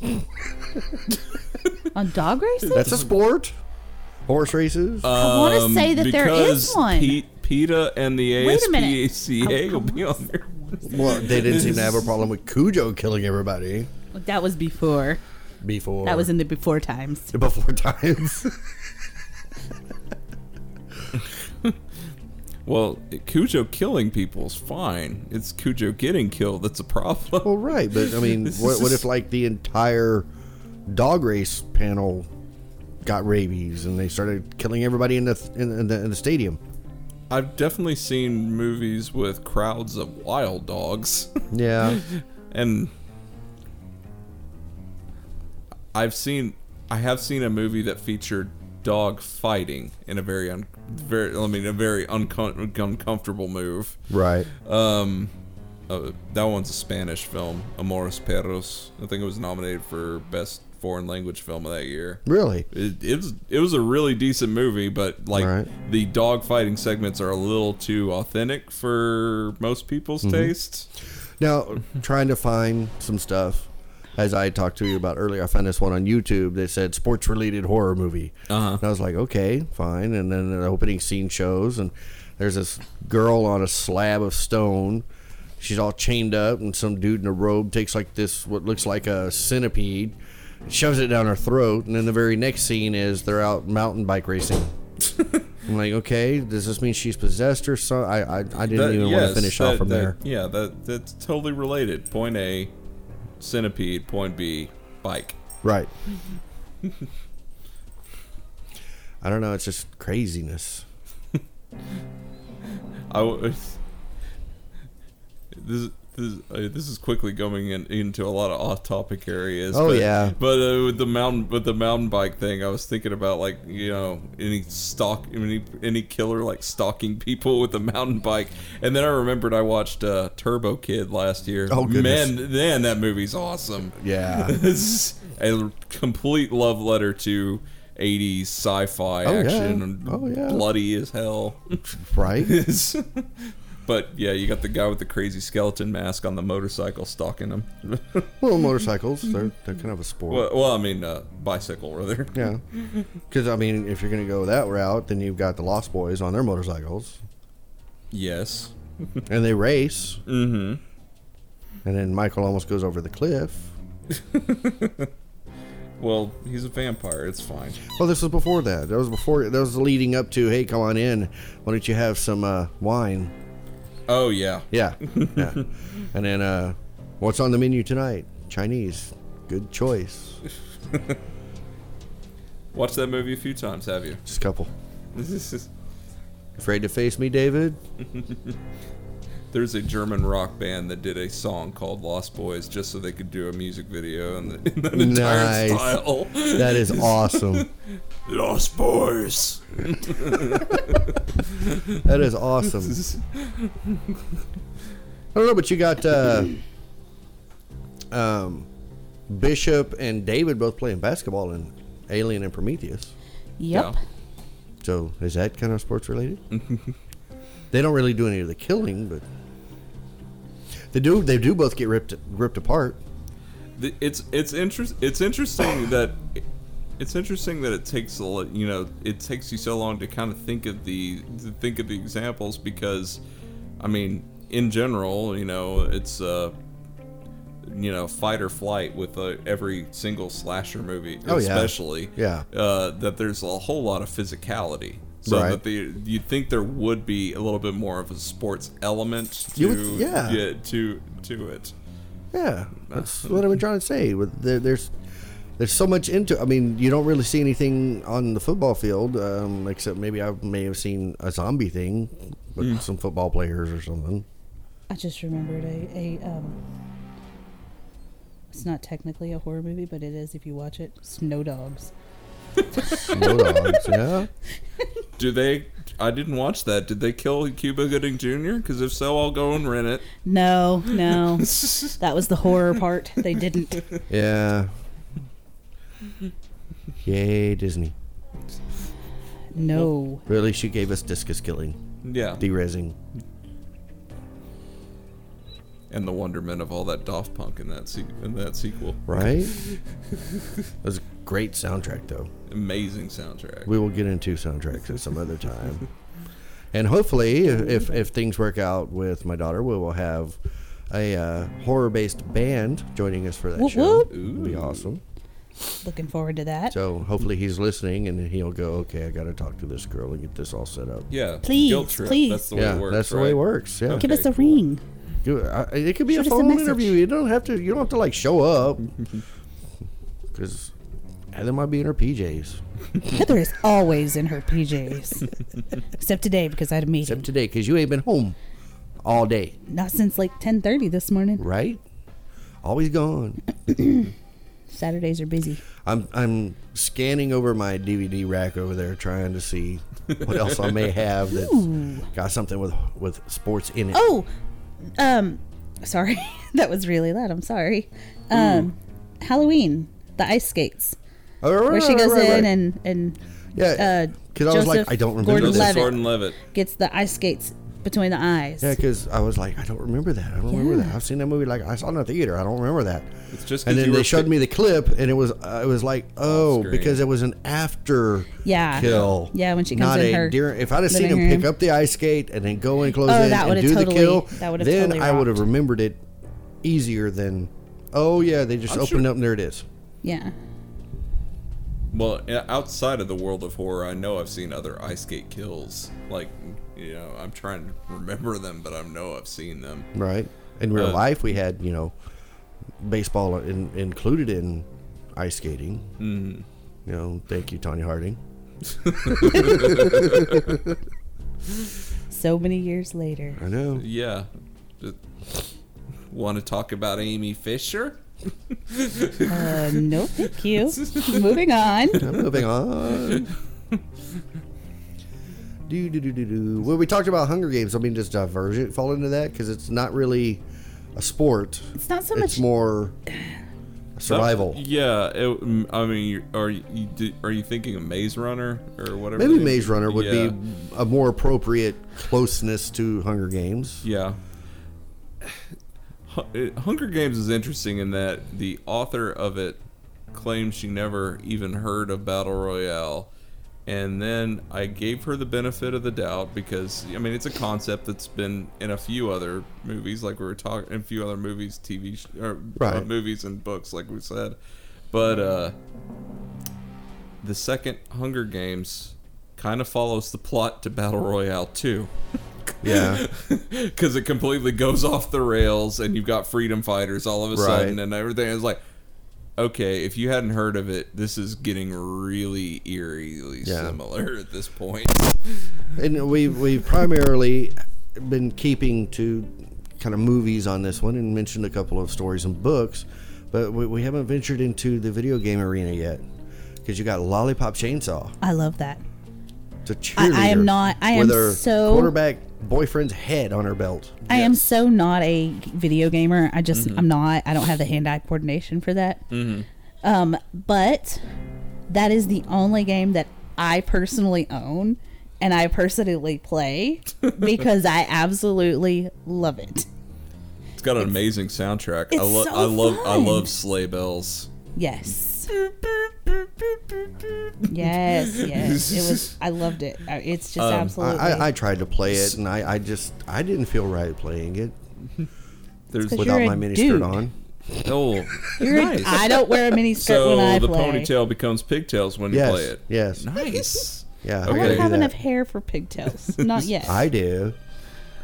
S8: On dog races?
S4: That's um, a sport. Horse races.
S5: Uh,
S8: I want to say that there is
S6: Because
S8: one.
S6: Pete, PETA and the
S8: Wait a minute. Oh,
S6: ASPCA will be on there.
S4: well, they didn't seem to have a problem with Cujo killing everybody
S8: that was before.
S4: before.
S8: That was in the before times.
S4: before times.
S6: Well, Cujo killing people is fine. It's Cujo getting killed that's a problem.
S4: well, right, but I mean, what, what if like the entire dog race panel got rabies and they started killing everybody in the th- in, in the in the stadium?
S6: I've definitely seen movies with crowds of wild dogs,
S4: Yeah,
S6: and I've seen I have seen a movie that featured dog fighting in a very un, very I mean a very uncom- uncomfortable move.
S4: right.
S6: Uh, that one's a Spanish film, Amores Perros. I think it was nominated for best foreign language film of that year.
S4: Really?
S6: It, it was it was a really decent movie, but like
S4: Right.
S6: the dog fighting segments are a little too authentic for most people's
S4: Mm-hmm.
S6: taste.
S4: Now, trying to find some stuff. As I talked to you about earlier, I found this one on YouTube. They said sports related horror movie. Uh-huh. And I was like, okay, fine. And then the opening scene shows, and there's this girl on a slab of stone. She's all chained up, and some dude in a robe takes like this, what looks like a centipede, shoves it down her throat. And then the very next scene is they're out mountain bike racing. I'm like, okay, does this mean she's possessed or something? I, I, I didn't
S6: That-
S4: even want
S6: yes,
S4: to finish
S6: that-
S4: off from
S6: that-
S4: there.
S6: Yeah, that that's totally related. Point A, centipede. Point B, bike.
S4: Right. I don't know. It's just craziness.
S6: I w- this this uh, this is quickly going in, into a lot of off-topic areas.
S4: Oh,
S6: but,
S4: yeah.
S6: But uh, with the mountain with the mountain bike thing, I was thinking about like you know any stalk any any killer like stalking people with a mountain bike, and then I remembered I watched uh, Turbo Kid last year.
S4: Oh, goodness.
S6: man, man, that movie's awesome.
S4: Yeah.
S6: It's a complete love letter to. 80s sci-fi
S4: yeah.
S6: action and
S4: Oh, yeah.
S6: bloody as hell
S4: right?
S6: is. but yeah, you got the guy with the crazy skeleton mask on the motorcycle stalking him.
S4: Well, motorcycles, they're, they're kind of a sport.
S6: well, well, I mean, uh, bicycle rather.
S4: Yeah. Because, I mean, if you're going to go that route, then you've got the Lost Boys on their motorcycles
S6: Yes.
S4: and they race. Mm hmm. And then Michael almost goes over the cliff.
S6: Well, he's a vampire. It's fine.
S4: Well, Oh, this was before that. That was before, that was leading up to, hey, come on in. Why don't you have some uh, wine?
S6: Oh yeah.
S4: Yeah. yeah. and then uh, what's on the menu tonight? Chinese. Good choice.
S6: Watched that movie a few times, have you?
S4: Just a couple.
S6: This is-
S4: Afraid to face me, David?
S6: There's a German rock band that did a song called Lost Boys just so they could do a music video in, the, in that entire
S4: Nice.
S6: style.
S4: That is awesome.
S6: Lost Boys.
S4: That is awesome. I don't know, but you got uh, um, Bishop and David both playing basketball in Alien and Prometheus.
S5: Yep.
S6: Yeah.
S4: So is that kind of sports related? they don't really do any of the killing, but they do. They do both get ripped ripped apart.
S6: The- it's it's interest it's interesting that it's interesting that it takes a lot you know it takes you so long to kind of think of the to think of the examples because I mean in general you know it's uh you know fight or flight with uh, every single slasher movie
S4: Oh, yeah.
S6: especially
S4: Yeah.
S6: uh, that there's a whole lot of physicality so
S4: Right.
S6: that the you'd think there would be a little bit more of a sports element to
S4: You would- yeah.
S6: to to it
S4: Yeah, that's what I've been trying to say. With there, there's there's so much into. I mean, you don't really see anything on the football field, um, except maybe I may have seen a zombie thing with some football players or something.
S5: I just remembered a, a um, it's not technically a horror movie, but it is if you watch it. Snow Dogs.
S4: No dogs, yeah.
S6: Do they? I didn't watch that. Did they kill Cuba Gooding Jr.? Because if so, I'll go and rent it.
S5: No, no, that was the horror part. They didn't.
S4: Yeah. Yay, Disney.
S5: No,
S4: Really, she gave us discus killing,
S6: Yeah,
S4: de-resing.
S6: and the wonderment of all that Daft Punk in that se- in that sequel.
S4: Right? that was a great soundtrack, though.
S6: Amazing soundtrack.
S4: We will get into soundtracks at some other time. And hopefully, if, if, if things work out with my daughter, we will have a uh, horror based band joining us for that
S5: Whoop,
S4: show.
S5: whoop.
S4: It'll be awesome.
S5: looking forward to that.
S4: So, hopefully, he's listening and he'll go, okay, I got to talk to this girl and get this all set up.
S6: yeah,
S5: Please,
S6: guilt trip.
S5: please.
S6: That's the way
S4: Yeah,
S6: it works.
S4: that's the
S6: right?
S4: way it works. Yeah.
S5: Give
S6: Okay,
S5: us a
S6: cool.
S5: ring.
S4: Do it. I- It could be
S5: Shoot
S4: a
S5: us a
S4: phone
S5: message.
S4: interview. You don't have to. You don't have to like show up, because Heather might be in her PJs.
S5: Heather is always in her PJs, except today because I had a meeting.
S4: Except today, because you ain't been home all day,
S5: Not since like ten thirty this morning.
S4: right? Always gone.
S5: Saturdays are busy.
S4: I'm I'm scanning over my DVD rack over there, trying to see what else I may have that's got something with with sports in it.
S5: Oh, um, sorry, that was really loud. I'm sorry.
S4: Mm.
S5: Um, Halloween, the ice skates,
S4: Oh, right,
S5: where she
S4: right,
S5: goes
S4: right,
S5: in
S4: right.
S5: and and
S4: yeah,
S5: uh,
S4: because I was like,
S5: Joseph
S4: I don't remember
S6: Joseph
S4: this.
S5: Gordon-Levitt.
S6: Gordon-Levitt.
S5: gets the ice skates between the eyes.
S4: Yeah, because I was like, I don't remember that. I don't remember that. I've seen that movie like I saw it in the theater. I don't remember that.
S6: It's just 'cause
S4: and then
S6: you
S4: they
S6: were
S4: showed
S6: pic-
S4: me the clip, and it was uh, it was like, oh,
S6: Off-screen.
S4: because it was an after
S5: Yeah.
S4: kill.
S5: Yeah, when she comes
S4: not
S5: in
S4: a
S5: her
S4: during- If I'd have seen him
S5: living
S4: pick
S5: room.
S4: up the ice skate and then go and close
S5: Oh,
S4: in
S5: that
S4: and
S5: would've
S4: do
S5: totally-
S4: the kill,
S5: that would've
S4: then
S5: totally
S4: I would have
S5: rocked.
S4: remembered it easier than, oh yeah, they just
S6: I'm
S4: opened
S6: sure-
S4: up and there it is.
S5: Yeah.
S6: Well, yeah, outside of the world of horror, I know I've seen other ice skate kills. Like, you know, I'm trying to remember them, but I know I've seen them.
S4: Right. In real
S6: Uh,
S4: life, we had you know, baseball in, included in ice skating. Mm.
S6: Mm-hmm.
S4: You know, thank you, Tanya Harding.
S5: So many years later.
S4: I know.
S6: Yeah. Want to talk about Amy Fisher?
S5: Uh, no, thank you. Moving on.
S4: I'm moving on. do do do do do. Well, we talked about Hunger Games. I mean, does Divergent fall into that? Because it's not really a sport.
S5: It's not so
S4: It's
S5: much.
S4: more survival.
S6: Yeah, it, mm, I mean, you- are you you di- are you thinking of Maze Runner or whatever?
S4: Maybe
S6: they-
S4: Maze Runner would
S6: yeah,
S4: be a more appropriate closeness to Hunger Games.
S6: Yeah. Hu- uh, Hunger Games is interesting in that the author of it claims she never even heard of Battle Royale. And then I gave her the benefit of the doubt because I mean it's a concept that's been in a few other movies, like we were talking, in a few other movies, TV, sh- or uh,
S4: Right.
S6: movies and books, like we said. But uh, the second Hunger Games kind of follows the plot to Battle Royale 2
S4: Yeah.
S6: because it completely goes off the rails and you've got freedom fighters all of a
S4: Right.
S6: sudden and everything is like okay if you hadn't heard of it this is getting really eerily
S4: Yeah.
S6: similar at this point
S4: and we've we've primarily been keeping to kind of movies on this one and mentioned a couple of stories and books but we, we haven't ventured into the video game arena yet because you got lollipop chainsaw
S5: I love that.
S4: it's a cheerleader
S5: I- I am not- I am
S4: with her
S5: so-
S4: quarterback boyfriend's head on her belt
S5: I am so not a video gamer. I just, I'm not. I don't have the hand eye coordination for that. Um, but that is the only game that I personally own and I personally play because I absolutely love it.
S6: It's got an amazing soundtrack. I
S5: it's
S6: love
S5: so
S6: I love I
S5: fun.
S6: love sleigh bells.
S5: Yes. yes, yes. It was I loved it. Uh, It's just absolutely
S4: I, I, I tried to play it, and I, I just I didn't feel right playing it
S6: There's
S5: 'Cause
S4: without
S5: you're a
S4: my mini
S5: dude.
S4: skirt on.
S6: oh
S5: You're-
S6: nice.
S5: I don't wear a mini skirt
S6: so
S5: when I
S6: the
S5: play.
S6: ponytail becomes pigtails when
S4: Yes,
S6: you play it.
S4: yes,
S6: Nice.
S4: yeah.
S5: I
S6: Okay.
S5: don't
S6: gotta do
S5: have
S4: that.
S5: enough hair for pigtails. Not yet.
S4: I do.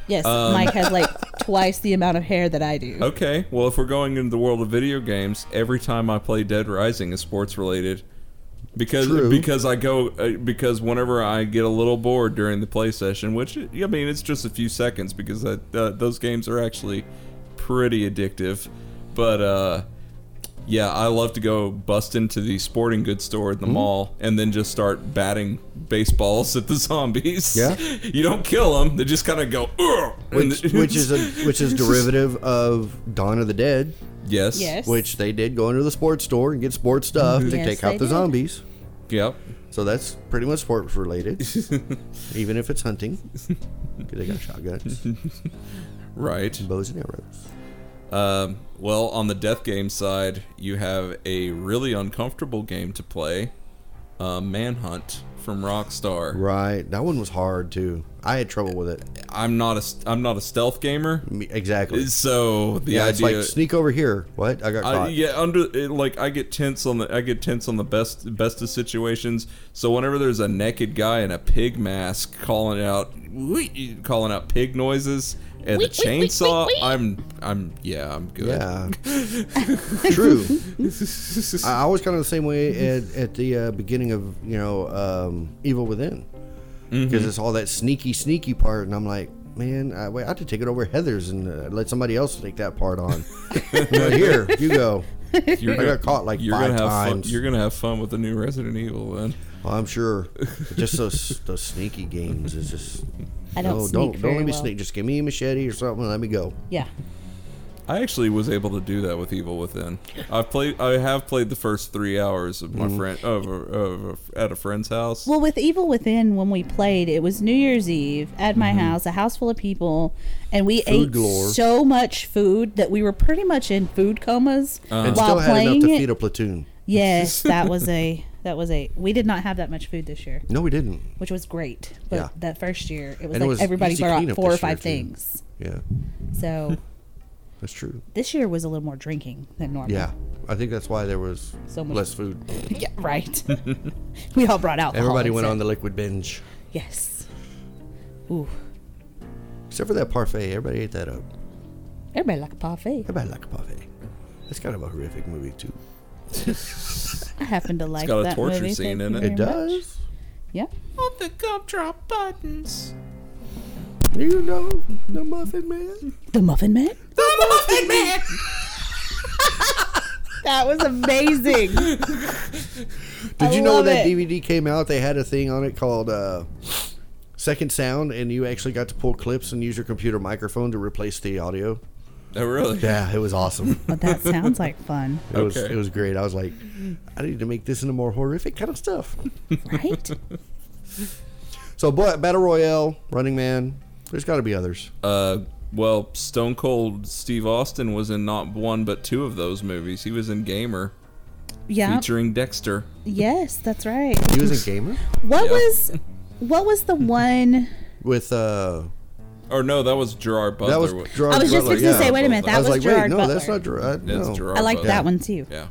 S5: yes,
S4: Um,
S5: Mike has like twice the amount of hair that I do.
S4: Oh,
S6: Okay, well, if we're going into the world of video games, every time I play Dead Rising is sports related, because
S4: True.
S6: because I go uh, because whenever I get a little bored during the play session, which I mean it's just a few seconds because that uh, those games are actually pretty addictive, but uh, yeah, I love to go bust into the sporting goods store in
S4: Mm-hmm.
S6: the mall and then just start batting baseballs at the zombies.
S4: Yeah.
S6: you don't kill them; they just kind of go. "Ugh," and
S4: Which,
S6: the-
S4: which is a which is derivative of Dawn of the Dead,
S6: yes,
S5: Yes.
S4: which they did go into the sports store and get sports stuff to
S5: Yes,
S4: take
S5: they
S4: out the
S5: did.
S4: zombies.
S6: yep.
S4: So that's pretty much sports related, even if it's hunting. 'Cause they got shotguns,
S6: Right.
S4: bows, and arrows.
S6: Um, well, on the death game side, you have a really uncomfortable game to play, uh, Manhunt from Rockstar.
S4: Right, that one was hard too. I had trouble with it.
S6: I'm not a st- I'm not a stealth gamer,
S4: Me- Exactly.
S6: so the
S4: yeah,
S6: idea.
S4: it's like sneak over here. What? I got
S6: I,
S4: caught.
S6: yeah, under it, like I get tense on the I get tense on the best best of situations. So whenever there's a naked guy in a pig mask calling out "Wee!" calling out pig noises and the chainsaw, I'm I'm yeah I'm good.
S4: Yeah. True. I, I was kind of the same way at, at the uh, beginning of you know um, Evil Within because it's all that sneaky sneaky part, and I'm like. Man, I, wait, I had to take it over Heather's and uh, let somebody else take that part on. You know, here, you go.
S6: You're
S4: I got caught, like,
S6: you're
S4: five
S6: gonna have Fun,
S4: times.
S6: you're gonna have fun with the new Resident Evil then.
S4: Well, I'm sure. But Just those those sneaky games is just.
S5: I don't
S4: no,
S5: sneak
S4: don't don't
S5: very
S4: let me
S5: well.
S4: sneak. Just give me a machete or something. and Let me go.
S5: Yeah.
S6: I actually was able to do that with Evil Within. I've played. I have played the first three hours of my
S4: Mm-hmm.
S6: friend of, of, at a friend's house.
S5: Well, with Evil Within, when we played, it was New Year's Eve at my house, a house full of people, and we ate
S4: Mm-hmm. galore.
S5: so much food that we were pretty much in food comas
S4: And
S5: while
S4: still had
S5: playing
S4: enough to
S5: it.
S4: feed a platoon.
S5: yes, that was a that was a. We did not have that much food this year,
S4: No, we didn't.
S5: which was great. But
S4: Yeah.
S5: that first year, it was
S4: And it
S5: like
S4: was
S5: everybody
S4: easy
S5: brought
S4: cleanup
S5: four or
S4: this year,
S5: five
S4: too.
S5: things.
S4: Yeah,
S5: So
S4: that's true.
S5: this year was a little more drinking than normal.
S4: Yeah, I think that's why there was
S5: So much-
S4: less food.
S5: Yeah, right. we all brought out.
S4: Everybody went on the liquid binge,
S5: yes. Ooh,
S4: except for that parfait. Everybody ate that up.
S5: everybody like a parfait.
S4: Everybody liked parfait. That's kind of a horrific movie too.
S5: I happen to like
S6: got a
S5: that
S6: torture
S5: movie.
S6: scene
S5: Thank
S6: in
S5: you very
S6: it.
S4: It
S5: much.
S4: does.
S5: Yeah.
S7: On the gumdrop buttons.
S4: You know the Muffin Man.
S5: The Muffin Man?
S7: The Muffin Man!
S5: That was amazing.
S4: Did
S5: I
S4: you know
S5: love
S4: when that
S5: it.
S4: DVD came out? They had a thing on it called uh, Second Sound, and you actually got to pull clips and use your computer microphone to replace the audio.
S6: oh really?
S4: Yeah, it was awesome.
S5: but that sounds like fun,
S4: It was
S6: Okay.
S4: it was great. I was like, I need to make this into more horrific kind of stuff.
S5: right?
S4: So, but Battle Royale, Running Man, there's got to be others.
S6: Uh, well, Stone Cold Steve Austin was in not one but two of those movies. He was in Gamer
S5: Yeah.
S6: featuring Dexter.
S5: Yes, that's right.
S4: He was a gamer
S5: What
S6: Yeah.
S5: was what was the one
S4: with uh,
S6: Or no, that Oh, was Gerard Butler.
S4: that was
S6: Wa-
S4: Gerard
S5: I was just
S4: Butler,
S5: fixing to
S4: yeah.
S5: say, wait a minute,
S6: I
S5: that
S4: I was,
S5: was,
S4: like,
S5: Gerard
S4: wait, no,
S5: Butler.
S4: that's not Gerard.
S6: That's
S4: no.
S6: Gerard
S5: I liked
S6: Butler.
S5: that one too.
S6: Yeah.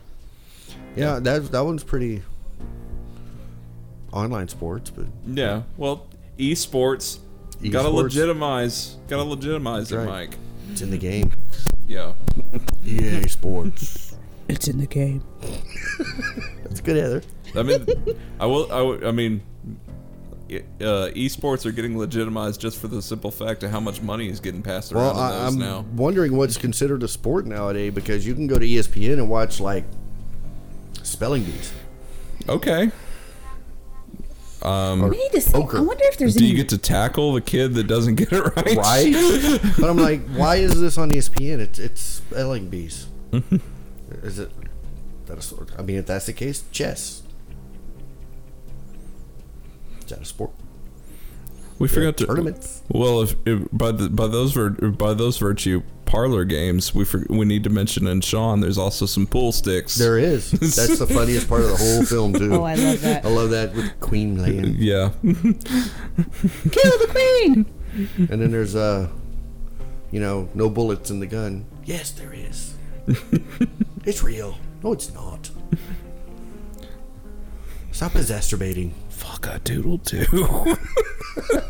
S4: Yeah, that that one's pretty online sports, but
S6: Yeah. Well, esports. Gotta
S4: Esports.
S6: legitimize. Gotta legitimize it,
S4: Right.
S6: Mike.
S4: it's in the game.
S6: Yeah.
S4: EA Sports.
S5: It's in the game.
S4: That's good, Heather.
S6: I mean, I will. I, will- I mean, e- uh, esports are getting legitimized just for the simple fact of how much money is getting passed
S4: Well,
S6: around
S4: I,
S6: in
S4: I'm
S6: those now.
S4: wondering what's considered a sport nowadays because you can go to E ESPN and watch like spelling bees.
S6: Okay.
S5: We need to see. I
S4: Poker.
S5: wonder if there's
S6: Um, Do
S5: any.
S6: you get to tackle the kid that doesn't get it right?
S4: Right? but I'm like, why is this on E ESPN? It's it's spelling bees. is it? That a sport? I mean, if that's the case, chess. Is that a sport?
S6: We forgot to
S4: tournaments.
S6: Well, if, if by the, by those vir, by those virtue parlor games, we for, we need to mention in Sean. There's also some pool sticks.
S4: There is. That's the funniest part of the whole film too.
S5: Oh, I love that.
S4: I love that with Queen laying.
S6: Yeah.
S5: Kill the queen.
S4: And then there's uh you know, no bullets in the gun. Yes, there is. it's real. No, it's not. Stop exacerbating.
S6: Fuck a doodle too.
S5: Gonna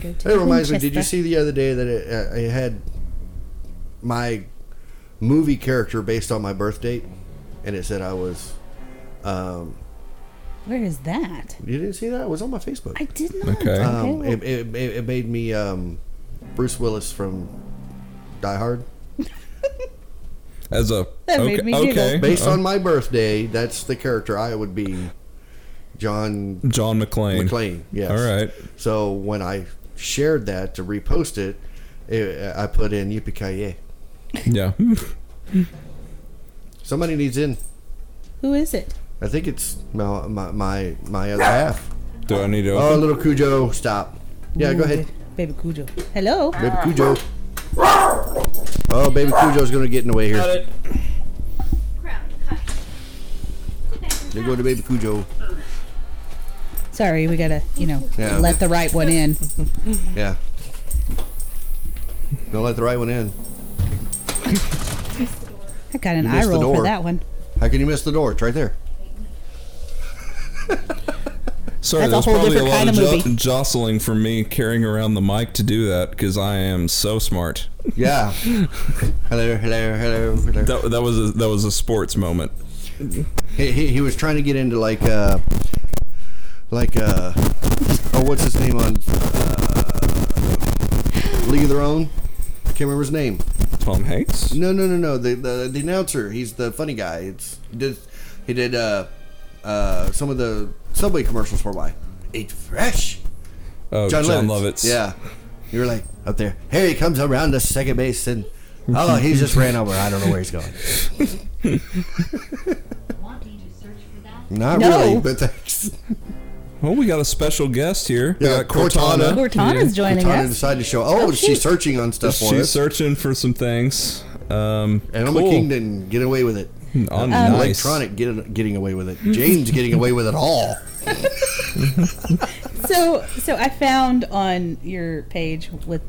S5: go to
S4: It reminds me. Did you
S5: Winchester.
S4: see the other day that it, uh, it had my movie character based on my birth date, and it said I was. Um,
S5: Where is that?
S4: you didn't see that? It was on my Facebook.
S5: I did not.
S6: Okay.
S4: Um,
S5: well-
S4: it, it, it it made me um, Bruce Willis from Die Hard.
S6: As a
S5: That
S6: okay,
S5: made me giggle.
S6: okay.
S4: Based on my birthday, that's the character I would be. John
S6: John McClane.
S4: McClane. Yes.
S6: All right.
S4: So when I shared that to repost it, it I put in Yippee ki
S6: Yeah.
S4: Somebody needs in.
S5: Who is it?
S4: I think it's my my my, my other half.
S6: Do I need to?
S4: Oh,
S6: Open?
S4: little Cujo, stop. Yeah, go ahead,
S5: Baby Cujo. Hello.
S4: baby Cujo. Oh, baby Cujo's gonna get in the way here. There go to baby Cujo.
S5: Sorry, we gotta, you know,
S4: Yeah.
S5: let the right one in.
S4: Yeah. Don't let the right one in.
S5: I got an
S4: You
S5: eye
S4: missed the
S5: roll for
S4: door.
S5: that one.
S4: How can you miss the door? It's right there.
S6: Sorry,
S5: That's a
S6: there's
S5: whole
S6: probably a
S5: different
S6: lot
S5: kind
S6: of,
S5: of
S6: jo-
S5: movie.
S6: jostling for me carrying around the mic to do that because I am so smart.
S4: Yeah. hello, hello, hello, hello.
S6: That, that was a, that was a sports moment.
S4: He, he, he was trying to get into like uh like uh oh what's his name on uh, League of Their Own? I can't remember his name.
S6: Tom Hanks.
S4: No, no, no, no. The the, the announcer. He's the funny guy. It's he did he did uh uh some of the subway commercials for why eat fresh.
S6: Oh, John, Lovitz.
S4: Yeah, you were like up there. Here he comes around to second base and. Oh, he just ran over. I don't know where he's going.
S9: Wanting to search for that?
S4: Not
S5: No.
S4: really, but thanks.
S6: Well, we got a special guest here. We
S4: Yeah,
S6: got Cortana.
S5: Cortana's joining
S4: Tana
S5: us.
S4: decided to show. Oh, she's searching on stuff for
S6: She's
S4: us.
S6: searching for some things. Um,
S4: and I'm
S6: cool.
S4: a king didn't get away with it. Uh,
S6: Oh, nice.
S4: Electronic get, getting away with it. Jane's getting away with it all.
S5: So, so I found on your page with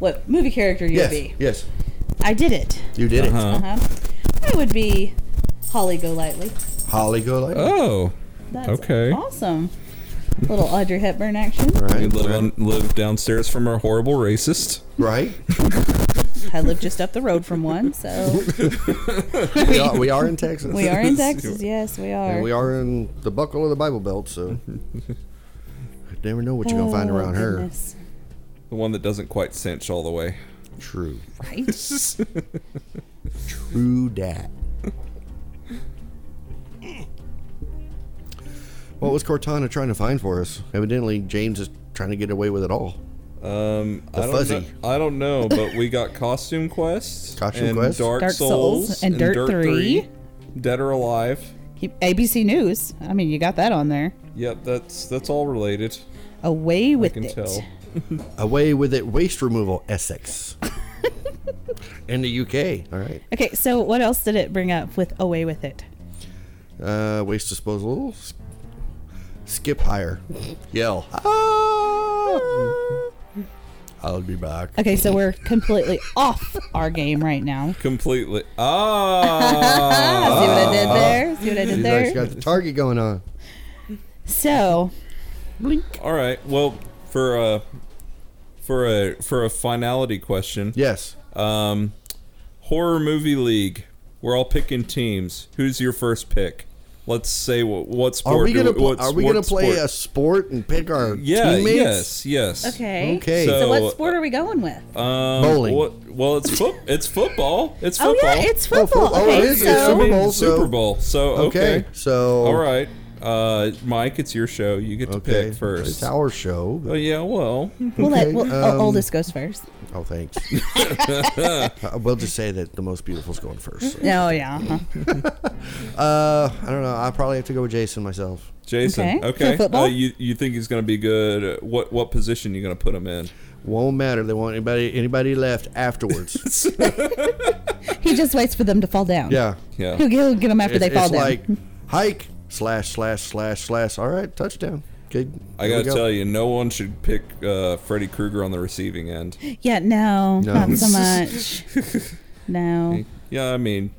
S5: what movie character you'd
S4: Yes,
S5: be.
S4: yes,
S5: I did it.
S4: you did
S6: Uh-huh.
S5: Uh-huh. I would be Holly Golightly.
S4: it. Holly Golightly.
S6: Oh,
S5: That's
S6: Okay.
S5: Awesome. Little Audrey Hepburn action.
S6: we
S4: right,
S6: live on, live downstairs from our horrible racist.
S4: right.
S5: I live just up the road from one, so
S4: we, are, we are in Texas.
S5: we are in Texas. Yes, we are.
S4: And we are in the buckle of the Bible Belt, so you never know what you're gonna find
S5: Oh,
S4: around her.
S5: goodness.
S6: The one that doesn't quite cinch all the way.
S4: True,
S5: Right?
S4: true dat. What was Cortana trying to find for us? Evidently, James is trying to get away with it all.
S6: Um, I don't
S4: fuzzy.
S6: Know, I don't know, but we got Costume Quest,
S4: Costume
S6: and
S4: Quest?
S6: Dark,
S5: Dark
S6: Souls,
S5: Souls, and Dirt 3.
S6: Dead or Alive.
S5: Keep- ABC News. I mean, you got that on there.
S6: Yep, that's that's all related.
S5: Away
S6: I
S5: with
S6: can
S5: it.
S6: tell.
S4: Away with it, waste removal, Essex. in the UK, all right.
S5: Okay, so what else did it bring up with Away with it?
S4: Uh, waste disposal. S- Skip higher. Yell. Ah! I'll be back.
S5: Okay, so we're completely off our game right now.
S6: Completely. Ah.
S5: Ah, see what I did there? See what I did
S4: You guys
S5: there?
S4: got the target going on.
S5: So,
S6: all right. Well, for a for a for a finality question.
S4: Yes.
S6: Um, horror movie league. We're all picking teams. Who's your first pick? Let's say what what sport?
S4: Are we
S6: do
S4: gonna pl-
S6: what
S4: are we
S6: sport-
S4: gonna play
S6: sport-
S4: a sport and pick our
S6: Yeah.
S4: teammates?
S6: Yes. Yes.
S5: okay.
S4: Okay. uh,
S5: So,
S6: So-
S5: what sport are we going with?
S6: Um,
S4: Bowling.
S6: What, well, it's foot. It's football. It's
S5: oh,
S6: football.
S5: yeah, it's football.
S4: football. Oh,
S5: okay,
S4: it is. It's
S5: so
S4: Super
S6: I mean,
S4: Bowl, so-
S6: Super Bowl. So okay.
S4: Okay. So
S6: All right. Uh, Mike, it's your show. You get to
S4: Okay.
S6: pick first.
S4: It's our show.
S6: Oh yeah, well,
S5: We'll let
S4: Okay,
S5: we'll, oh,
S4: um,
S5: oldest goes first.
S4: Oh, thanks. Uh, we'll just say that the most beautiful's going first. so.
S5: Oh yeah. huh.
S4: Uh, I don't know. I probably have to go with Jason myself.
S6: Jason.
S5: Okay.
S6: Okay.
S5: For football?
S6: Uh, you you think he's gonna be good? What what position you gonna put him in?
S4: Won't matter. They want anybody anybody left afterwards.
S5: He just waits for them to fall down.
S4: yeah.
S6: Yeah.
S5: He'll, he'll get them after
S4: It-
S5: they fall
S4: it's
S5: down.
S4: like hike slash slash slash slash. All right, touchdown. Okay,
S6: I
S4: here we
S6: gotta
S4: go.
S6: tell you, no one should pick uh, Freddy Krueger on the receiving end.
S5: yeah, no,
S4: No.
S5: not so much. no.
S6: Yeah, I mean,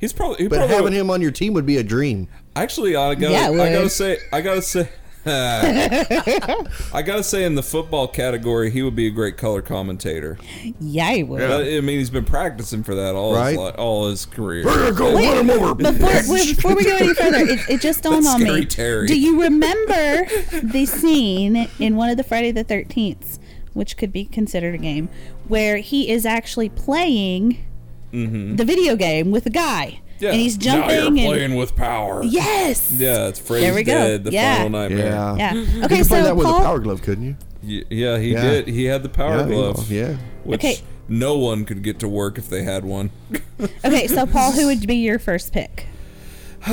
S6: he's probably. He
S4: But
S6: probably
S4: having him on your team would be a dream.
S6: Actually, I gotta,
S5: Yeah, it
S6: I gotta
S5: would.
S6: say, I gotta say, I gotta say, in the football category, he would be a great color commentator.
S5: Yeah, he would.
S6: Uh, I mean, he's been practicing for that all
S4: Right.
S6: his li- all his career.
S5: Before, before we go any further, it, it just dawned
S6: That's
S5: on me.
S6: scary, Terry.
S5: Do you remember the scene in one of the Friday the 13th, which could be considered a game, where he is actually playing the video game with a guy?
S6: Yeah.
S5: And he's
S6: Now
S5: jumping.
S6: you're
S5: and,
S6: playing with power.
S5: yes.
S6: Yeah, it's Freddy's
S5: There we go.
S6: Dead, the
S5: Yeah.
S6: final nightmare.
S4: Yeah.
S5: Yeah.
S4: You
S5: Okay,
S4: could play
S5: so
S4: that with
S5: Paul,
S4: a power glove, couldn't you?
S6: Y- yeah, he
S4: Yeah.
S6: did. He had the power
S4: Yeah, you know,
S6: glove.
S4: yeah.
S6: Which
S5: Okay.
S6: no one could get to work if they had one.
S5: Okay, so Paul, who would be your first pick?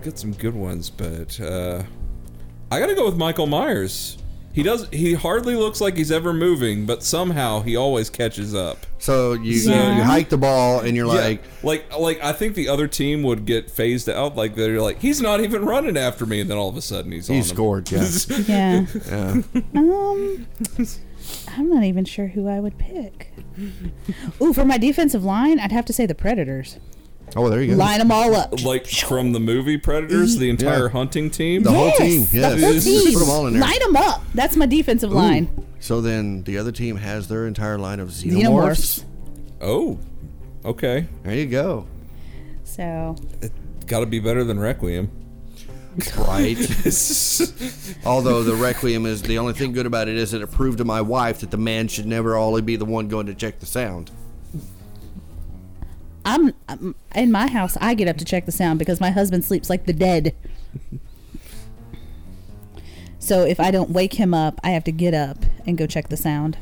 S6: got some good ones, but uh, I gotta go with Michael Myers. He does. He hardly looks like he's ever moving, but somehow he always catches up.
S4: So you
S5: Yeah.
S4: you hike the ball and you're like,
S6: yeah, like, like I think the other team would get phased out. Like they're like, he's not even running after me, and then all of a sudden he's
S4: he
S6: on
S4: scored. Yeah.
S6: Him.
S5: Yeah.
S4: yeah.
S5: Um, I'm not even sure who I would pick. Ooh, for my defensive line, I'd have to say the Predators.
S4: Oh, there you go.
S5: Line them all up.
S6: like from the movie Predators, the entire
S4: Yeah.
S6: hunting team.
S4: The whole
S5: Yes,
S4: team.
S5: the
S4: Yes.
S5: whole
S4: Just put
S5: team.
S4: them all in there.
S5: Line them up. That's my defensive line.
S4: So then the other team has their entire line of xenomorphs.
S5: Xenomorphs.
S6: oh, okay.
S4: There you go.
S5: So,
S6: Got to be better than Requiem.
S4: Right. Although the Requiem is the only thing good about it is that it proved to my wife that the man should never only be the one going to check the sound.
S5: I'm, I'm in my house. I get up to check the sound because my husband sleeps like the dead. So if I don't wake him up, I have to get up and go check the sound.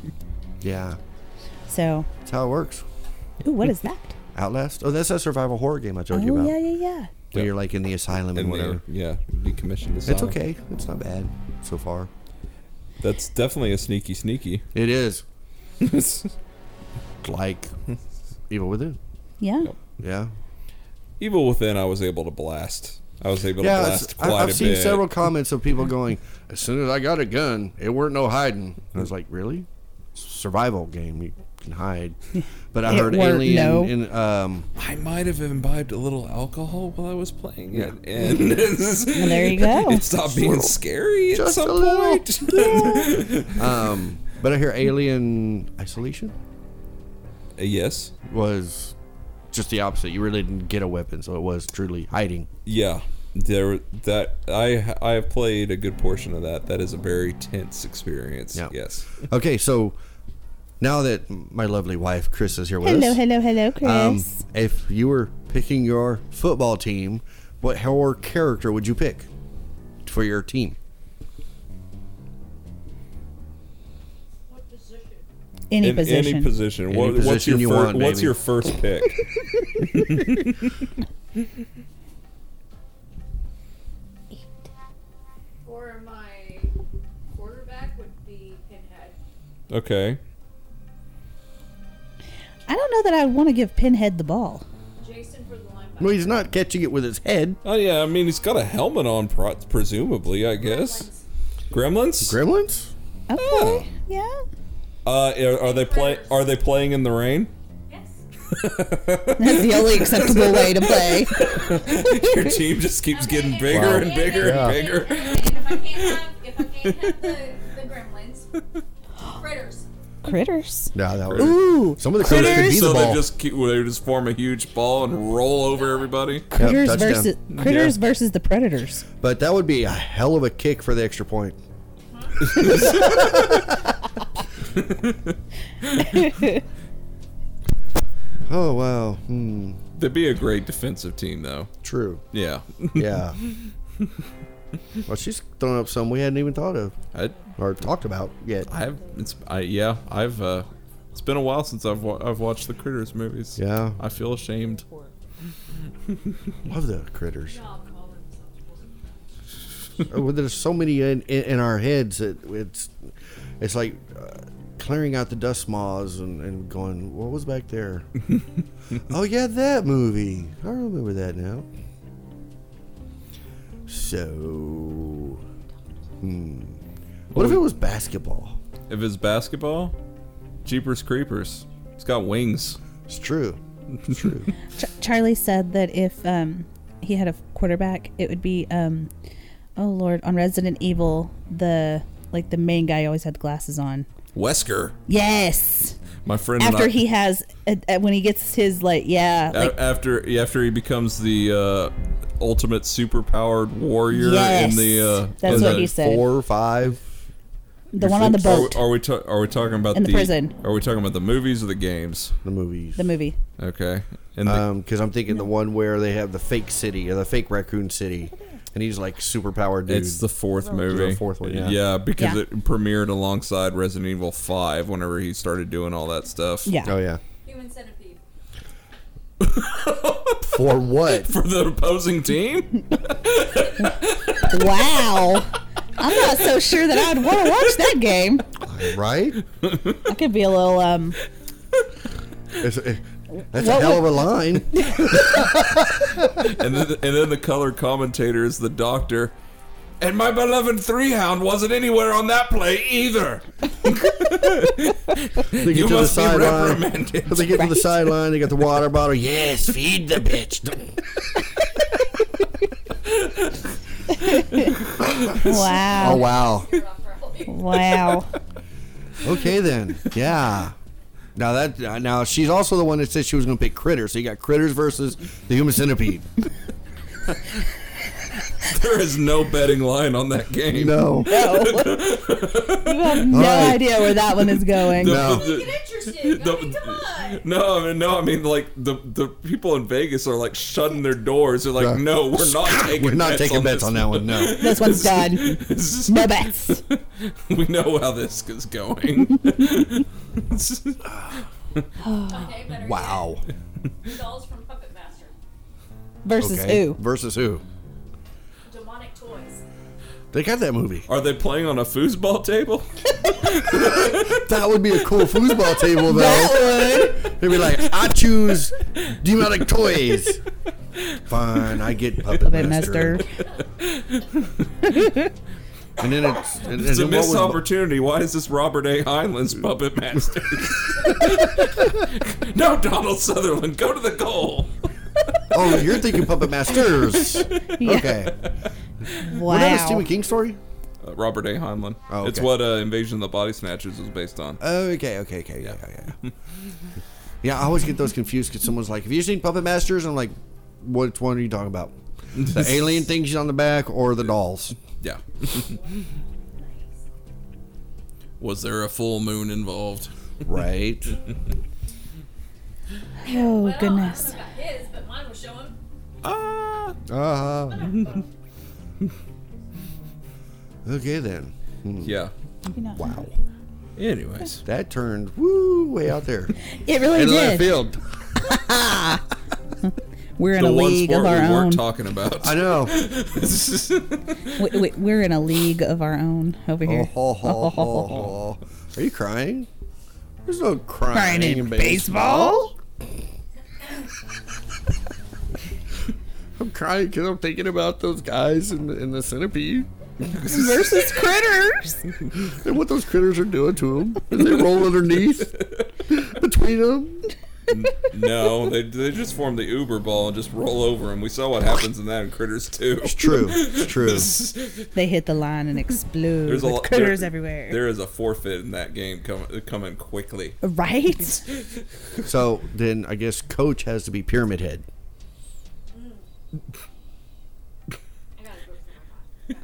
S4: Yeah.
S5: So,
S4: That's how it works.
S5: ooh, what is that?
S4: Outlast. Oh, that's that survival horror game I told you
S5: Oh
S4: about.
S5: yeah, yeah, yeah.
S4: Where you're like in the asylum and
S6: And
S4: whatever.
S6: they, yeah, decommissioned the
S4: It's
S6: song.
S4: okay. It's not bad so far.
S6: That's definitely a sneaky, sneaky.
S4: It is. Like Evil Within.
S5: Yeah.
S4: Yeah.
S6: Evil Within, I was able to blast. I was able
S4: Yeah,
S6: to
S4: it's-
S6: blast
S4: I,
S6: quite a
S4: I've seen
S6: bit.
S4: several comments of people going, "As soon as I got a gun, it weren't no hiding." I was like, "Really? Survival game, you can hide." But I
S5: It
S4: heard
S5: weren't
S4: Alien.
S5: no.
S4: In, um,
S6: I might have imbibed a little alcohol while I was playing
S4: Yeah.
S6: it, and
S5: there you go.
S6: It stopped being
S4: Little.
S6: scary at
S4: Just
S6: some
S4: a little.
S6: point.
S4: um, but I hear Alien Isolation
S6: Uh, yes,
S4: was just the opposite. You really didn't get a weapon, so it was truly hiding.
S6: yeah. There, that I I have played a good portion of that. That is a very tense experience.
S4: Yeah.
S6: Yes.
S4: Okay, so now that my lovely wife Chris is here with
S5: Hello,
S4: us,
S5: hello, hello, Chris.
S4: um, if you were picking your football team, what horror character would you pick for your team?
S5: any
S6: In
S5: position.
S6: any position. What, what's
S4: position you
S6: your fir-
S4: want,
S6: What's
S4: baby.
S6: your first pick?
S9: Or my quarterback would be Pinhead.
S6: okay.
S5: I don't know that I would want to give Pinhead the ball.
S9: Jason for the linebacker.
S4: No, he's not catching it with his head.
S6: Oh yeah, I mean he's got a helmet on, pro- presumably. I guess. Gremlins.
S4: Gremlins?
S5: Okay.
S6: Oh.
S5: Yeah.
S6: Uh, are, are they play? Are they playing in the rain?
S9: Yes.
S5: That's the only acceptable way to play.
S6: Your team just keeps getting
S9: Okay,
S6: bigger
S9: okay,
S6: and
S9: okay,
S6: bigger
S9: okay,
S6: and
S9: okay,
S6: bigger.
S9: okay, And if I can't have, if I can't have the, the gremlins, critters.
S5: Critters.
S4: Yeah, that was.
S5: Ooh.
S4: Some of the critters could be
S6: so
S4: the
S6: they
S4: ball.
S6: just keep, they just form a huge ball and roll over everybody.
S5: Critters
S4: touchdown.
S5: versus critters versus the predators.
S4: but that would be a hell of a kick for the extra point. oh wow. Hmm.
S6: They'd be a great defensive team, though.
S4: True.
S6: Yeah.
S4: Yeah. Well, she's throwing up some we hadn't even thought of
S6: I,
S4: or talked about yet.
S6: I've it's I yeah I've uh, it's been a while since I've wa- I've watched the Critters movies.
S4: Yeah,
S6: I feel ashamed.
S4: love the critters. Uh, well, there's so many in, in, in our heads that it's it's like uh, clearing out the dust moths and, and going, what was back there? oh yeah, that movie. I remember that now. So, hmm. what if it was basketball?
S6: If it's basketball, Jeepers Creepers. It's got wings.
S4: It's true. It's true.
S5: Ch- Charlie said that if um, he had a quarterback, it would be um, oh lord, on Resident Evil, the like the main guy always had glasses on.
S6: Wesker.
S5: Yes.
S6: My friend. and
S5: After
S6: I-
S5: he has, uh, uh, when he gets his like, yeah,
S6: A-
S5: like
S6: after after he becomes the uh, ultimate superpowered warrior
S5: Yes.
S6: in the uh,
S5: That's
S6: in
S5: what
S6: the-
S5: he said.
S4: Four or five.
S5: the one on the
S6: Are we-
S5: boat,
S6: Are, we ta- are we talking about
S5: In the prison.
S6: Are we talking about the movies or the games?
S4: The movies.
S5: the movie.
S6: Okay. And the,
S4: Um, because I'm thinking the one where they have the fake city or the fake raccoon city, and he's like super powered dude.
S6: it's the fourth movie.
S4: The fourth one, yeah.
S6: because
S5: Yeah.
S6: it premiered alongside Resident Evil Five. Whenever he started doing all that stuff.
S5: Yeah.
S4: oh yeah.
S9: Human centipede.
S4: For what?
S6: For the opposing team.
S5: Wow. I'm not so sure that I'd want to watch that game.
S4: right?
S5: That could be a little um.
S4: It's, it, that's
S5: What
S4: a hell of a line.
S6: and then and then the color commentator is the doctor. And my beloved three hound wasn't anywhere on that play either.
S4: They get to the
S6: You must be
S4: sideline.
S6: reprimanded.
S4: They get to the sideline. They got the water bottle. Yes, feed the bitch.
S5: Wow.
S4: Oh wow.
S5: Wow.
S4: Okay then. Yeah. Now that now she's also the one that said she was going to pick critters. So you got critters versus the human centipede.
S6: There is no betting line on that game.
S4: No.
S5: No. you have no
S4: right.
S5: idea where that one is going.
S6: The-
S4: No.
S6: the-
S9: Get interesting. I mean, come on.
S6: No, I mean, no, I mean, like the the people in Vegas are like shutting their doors. They're like,
S4: Yeah.
S6: no, we're not taking.
S4: We're not
S6: bets
S4: taking
S6: on
S4: bets
S6: this
S4: on that one. No.
S5: This one's done.
S6: This is-
S5: No bets.
S6: we know how this is going.
S9: Okay, better yet,
S4: Wow.
S9: Dolls from Puppet Master.
S5: Versus who?
S4: Versus who?
S9: Demonic toys.
S4: They got that movie.
S6: are they playing on a foosball table?
S4: That would be a cool foosball table, though.
S5: That would.
S4: They'd be like, I choose demonic toys. Fine, I get puppet,
S5: Puppet
S4: master.
S5: Master.
S4: And then it's and,
S6: It's
S4: and
S6: a
S4: then what
S6: missed
S4: was-
S6: opportunity. Why is this Robert A. Heinlein's puppet master? no, Donald Sutherland, go to the goal.
S4: Oh, you're thinking puppet masters. Okay. What that a
S5: Wow.
S4: Stephen King story?
S6: Uh, Robert A. Heinlein.
S4: Oh,
S6: It's
S4: okay. Uh,
S6: what uh, Invasion of the Body Snatchers was based on.
S4: Okay, okay, okay, yeah, yeah, yeah. Yeah, I always get those confused because someone's like, "Have you seen Puppet Masters?" I'm like, "What one are you talking about? The alien things on the back or the dolls?"
S6: Yeah. Was there a full moon involved?
S4: Right.
S5: Oh
S9: Well,
S5: goodness.
S9: I don't know about his, but mine was showing.
S6: Ah!
S4: Uh huh. Okay then.
S6: Yeah.
S4: Wow.
S6: Anyways.
S4: That turned woo way out there.
S5: It really did.
S4: field.
S5: We're in
S6: The
S5: a
S6: one
S5: league
S6: sport
S5: of
S6: we
S5: our own.
S6: weren't talking about.
S4: I know.
S5: We- we- We're in a league of our own over
S4: Oh,
S5: here.
S4: ho, ho, ho, ho. Are you crying? There's no crying,
S5: Crying in
S4: in baseball. I'm crying because I'm thinking about those guys in the, in the centipede
S5: Versus critters.
S4: and what those critters are doing to them. As they roll underneath between them.
S6: no, they, they just form the Uber ball and just roll over, and we saw what happens in that in Critters too.
S4: It's true. It's true.
S5: They hit the line and explode.
S6: There's a
S5: with
S6: lot-
S5: critters
S6: there-
S5: everywhere.
S6: There is a forfeit in that game coming coming quickly.
S5: right?
S4: So then I guess coach has to be pyramid head.
S9: I gotta go through my mind.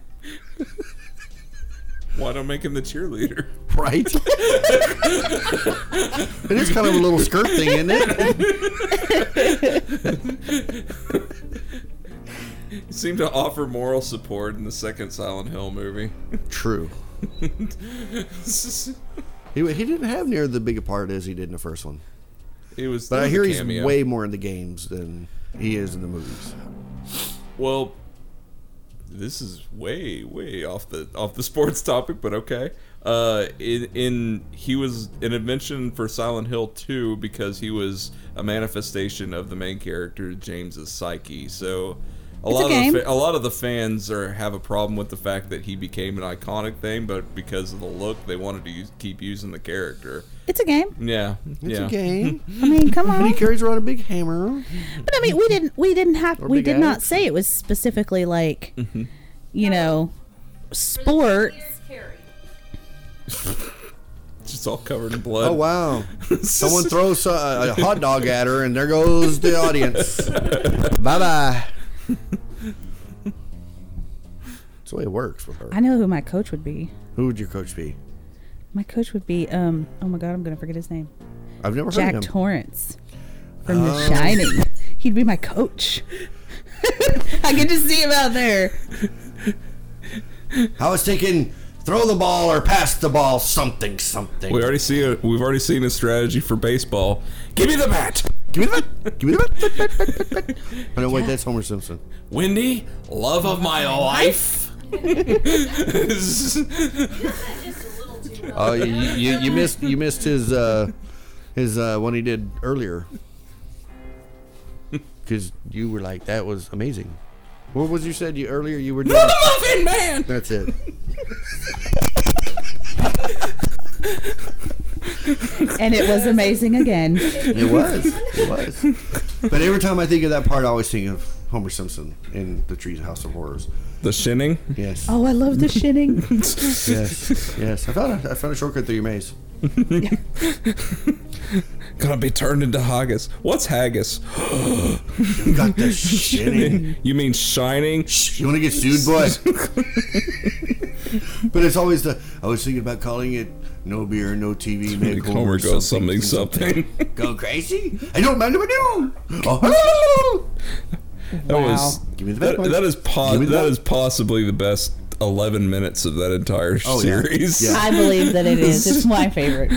S6: Why don't make him the cheerleader?
S4: Right? it is kind of a little skirt thing, isn't it?
S6: seemed to offer moral support in the second Silent Hill movie.
S4: True. He, he didn't have near the big a part as he did in the first one.
S6: it was,
S4: But
S6: it
S4: I
S6: was a
S4: hear he's
S6: cameo.
S4: way more in the games than he is in the movies.
S6: Well, this is way, way off the off the sports topic, but okay. Uh, in, in he was an invention for Silent Hill 2 because he was a manifestation of the main character James's psyche. So a lot
S5: game.
S6: of the, fa- a lot of the fans are have a problem with the fact that he became an iconic thing, but because of the look, they wanted to use, keep using the character.
S5: It's a game.
S6: Yeah,
S4: It's
S6: yeah.
S4: a game.
S5: I mean, come
S4: And he
S5: on.
S4: carries around a big hammer.
S5: But I mean, we didn't. We didn't have.
S4: Or
S5: We
S4: big Mm-hmm.
S5: did not
S4: ass.
S5: say it was specifically like, you know, sports.
S9: Here's Carrie.
S6: Just all covered in blood.
S4: Oh wow! Someone throws a, a hot dog at her, and there goes the audience. bye bye. That's the way it works with her.
S5: I know who my coach would be.
S4: Who would your coach be?
S5: My coach would be. Um. Oh my God, I'm gonna forget his name.
S4: I've never
S5: Jack
S4: heard of him. Oh.
S5: Torrance from The Shining. He'd be my coach. I get to see him out there.
S4: I was thinking, throw the ball or pass the ball, something, something.
S6: We already see a, we've already seen a strategy for baseball. Give me the bat.
S4: Give me that. Give me that. I don't wait. That's Homer Simpson.
S6: Wendy, love of my life.
S9: Just a little too well.
S4: Oh, you, you, you missed you missed his uh, his uh, one he did earlier. Because you were like, that was amazing. What was you said you earlier? You were doing.
S7: Muffin Man!
S4: That's it.
S5: And it was amazing again.
S4: It was. It was. But every time I think of that part, I always think of Homer Simpson in the Trees House of Horrors.
S6: the shinning.
S4: Yes.
S5: Oh, I love the shitting.
S4: Yes. Yes. I found a, I found a shortcut through your maze.
S6: Gonna be turned into haggis. What's haggis?
S4: You got the shitting.
S6: You mean shining?
S4: You want to get sued, boy? but it's always the. I was thinking about calling it no beer, no TV, make
S6: Homer
S4: Homer
S6: goes
S4: something.
S6: something something.
S4: Go crazy? I don't mind if I do. Oh, hello!
S6: That was
S4: Give me the
S6: that,
S4: back one.
S6: that is po-
S4: Give me the
S6: that
S4: back.
S6: is possibly the best eleven minutes of that entire
S4: Oh, yeah.
S6: series.
S4: Yeah.
S5: I believe that it is. It's my favorite.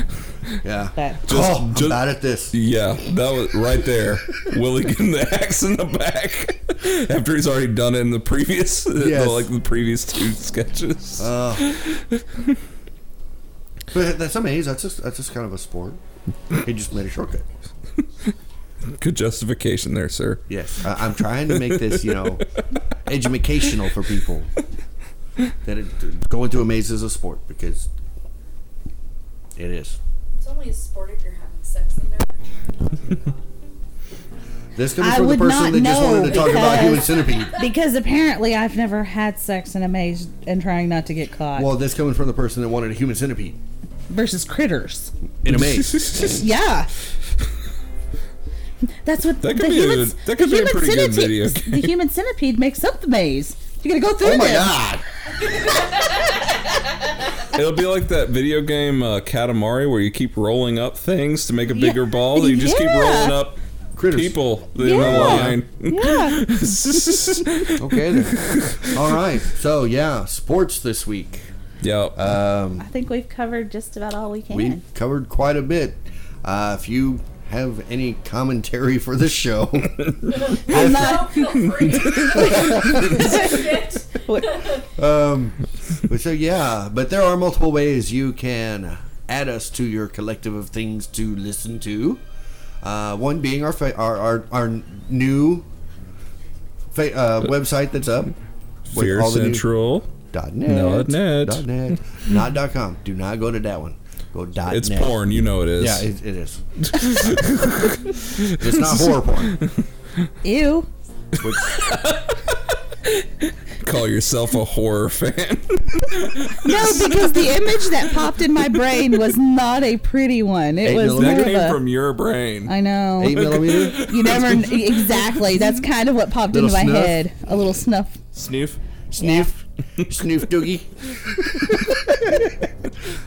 S4: Yeah.
S5: That
S4: oh, I'm
S6: just-
S4: bad at this.
S6: Yeah, that was right there. Willie getting the axe in the back after he's already done it in the previous, the-
S4: Yes. Uh,
S6: like the previous two sketches.
S4: But that's amazing. That's just that's just kind of a sport. He just made a shortcut.
S6: Good justification there, sir.
S4: Yes, I, I'm trying to make this you know educational for people that it, going through a maze is a sport because it is.
S9: It's only a sport if you're having sex in there.
S4: This coming
S5: I
S4: from the
S5: would
S4: person
S5: not
S4: that just
S5: know
S4: wanted to talk about
S5: because-
S4: human centipede.
S5: because apparently I've never had sex in a maze and trying not to get caught
S4: Well, this coming from the person that wanted a human centipede
S5: versus critters.
S4: in a maze.
S5: Yeah. That's what
S6: That could
S5: the
S6: be a-
S5: humans,
S6: that could
S5: the
S6: be a
S5: human
S6: pretty good
S5: centipede,
S6: video
S5: The human centipede makes up the maze. You gotta go through
S4: Oh my
S5: this.
S4: god!
S6: It'll be like that video game uh, Katamari where you keep rolling up things to make a bigger ball. You just keep
S5: Yeah.
S6: rolling up
S4: Critters.
S6: people in
S5: Yeah.
S6: a line.
S5: Yeah.
S4: Okay. Then. All right. So yeah, sports this week.
S6: yeah.
S4: Um,
S5: I think we've covered just about all we can.
S4: we covered quite a bit. Uh, if you have any commentary for the show,
S9: No, feel free. Shit.
S4: But so yeah, but there are multiple ways you can add us to your collective of things to listen to. Uh, one being our fa- our, our our new fa- uh, website that's up. with
S6: Fear
S4: all the new-
S6: Central.
S4: dot net,
S6: Dot net.
S4: dot net, not dot com. Do not go to that one. Go dot
S6: It's
S4: net.
S6: porn, you know it is.
S4: Yeah, it, it is. it's not horror porn.
S5: Ew.
S6: Call yourself a horror fan.
S5: No, because the image that popped in my brain was not a pretty one. It
S4: Eight
S5: was
S4: millimeter?
S5: more
S6: that
S5: of
S6: came
S5: a.
S6: from your brain.
S5: I know.
S4: Eight millimeter.
S5: You never kn- exactly. That's kind of what popped
S4: Little
S5: into my
S4: snuff?
S5: head. A little snuff.
S6: Snoof.
S4: Sniff, sniff doogie.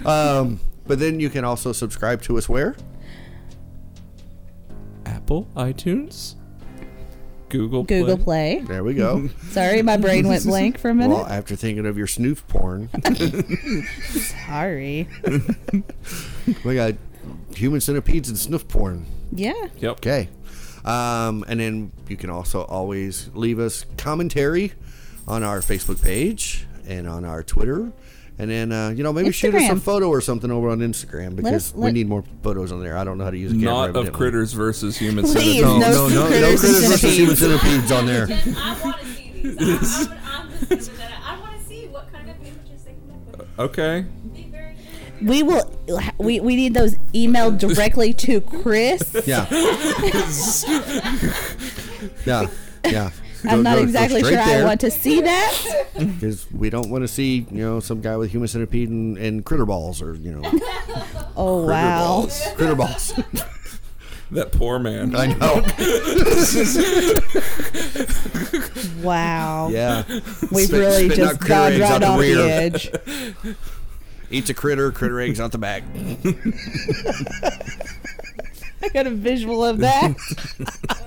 S4: um, but then you can also subscribe to us where?
S6: Apple, iTunes. Google Play.
S5: Google Play.
S4: There we go.
S5: Sorry, my brain went blank for a minute.
S4: well, after thinking of your snoof porn,
S5: Sorry.
S4: we got human centipedes and snoof porn.
S5: Yeah.
S6: Yep.
S4: Okay. Um, and then you can also always leave us commentary on our Facebook page and on our Twitter. And then, uh, you know, maybe shoot us
S5: Instagram.
S4: some photo or something over on Instagram because
S5: us-
S4: we
S5: let-
S4: need more photos on there. I don't know how to use a camera.
S6: Not of
S4: evidently.
S6: critters versus human
S5: Please,
S4: No,
S6: centipedes.
S4: no, no, no,
S5: critters
S4: critters
S5: and
S4: versus human centipedes on there.
S9: I want to see these. I, I, I'm, I'm just gonna put that out. I want to see what kind of images they come up with.
S6: Okay.
S9: Be very curious.
S5: We will. We, we need those emailed directly to Chris.
S4: Yeah. yeah. Yeah.
S5: I'm not exactly sure I want to see that.
S4: Because we don't want to see, you know, some guy with human centipede and, and critter balls or, you know, critter
S5: Oh wow.
S6: balls.
S4: critter balls.
S6: That poor man.
S4: I know.
S5: Wow.
S4: Yeah.
S5: We've
S4: Spit-
S5: really
S4: spitting
S5: just
S4: out critter
S5: gone
S4: eggs out
S5: right
S4: the
S5: off
S4: rear.
S5: the edge.
S4: Eats a critter, critter eggs out the back.
S5: I got a visual of that.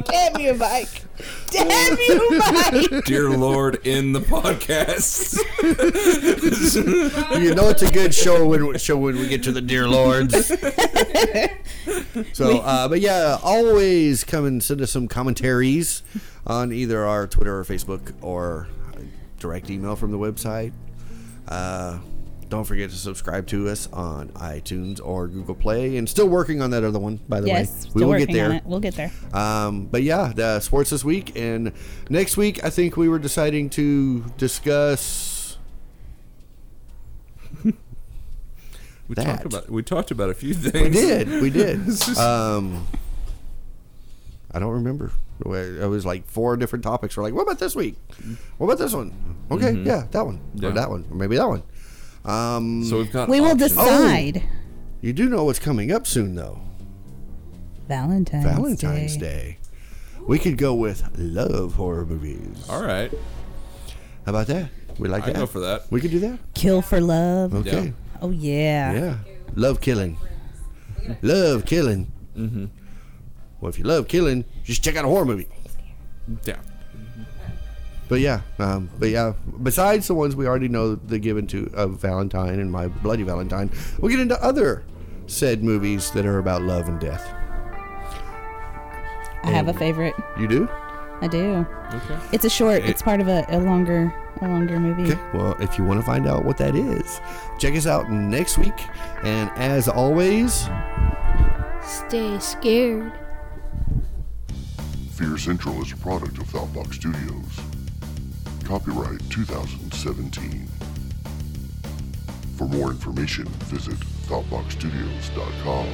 S5: Damn you, Mike. Damn you, Mike.
S6: Dear Lord, in the podcast.
S4: You know it's a good show when show when we get to the dear lords. so, uh, but yeah, always come and send us some commentaries on either our Twitter or Facebook or uh, direct email from the website. Uh, don't forget to subscribe to us on iTunes or Google Play, and still working on that other one, by the
S5: Yes,
S4: way.
S5: still
S4: We will
S5: working
S4: get there.
S5: on it. We'll get there.
S4: Um, but yeah, the sports this week and next week. I think we were deciding to discuss.
S6: We
S4: That.
S6: talked about we talked about a few things.
S4: We did, we did. Um, I don't remember. It was like four different topics. We're like, what about this week? What about this one? Okay, yeah, that one
S6: Mm-hmm. Yeah.
S4: or that one or maybe that one. Um,
S6: So we've got
S5: We will
S6: options.
S5: decide.
S4: you do know what's coming up soon, though.
S5: Valentine's,
S4: Valentine's Day. We could go with love horror movies.
S6: All right.
S4: How about that? We like
S6: I
S4: that.
S6: go for that.
S4: We could do that.
S5: Kill for love.
S4: Okay.
S6: Yeah.
S5: Oh yeah.
S4: Yeah. Love killing. Love killing. Mm-hmm. Well, if you love killing, just check out a horror movie.
S6: Yeah.
S4: But yeah, um, but yeah. Besides the ones we already know the given to of Valentine and My Bloody Valentine, we'll get into other said movies that are about love and death.
S5: I have a favorite.
S4: You do?
S5: I do.
S6: Okay.
S5: It's a short. It's part of a, a longer, a longer movie.
S4: Okay. Well, if you want to find out what that is, check us out next week. And as always,
S10: Stay scared.
S3: Fear Central is a product of Thoughtbox Studios. Copyright 2017. For more information, visit thoughtboxstudios.com.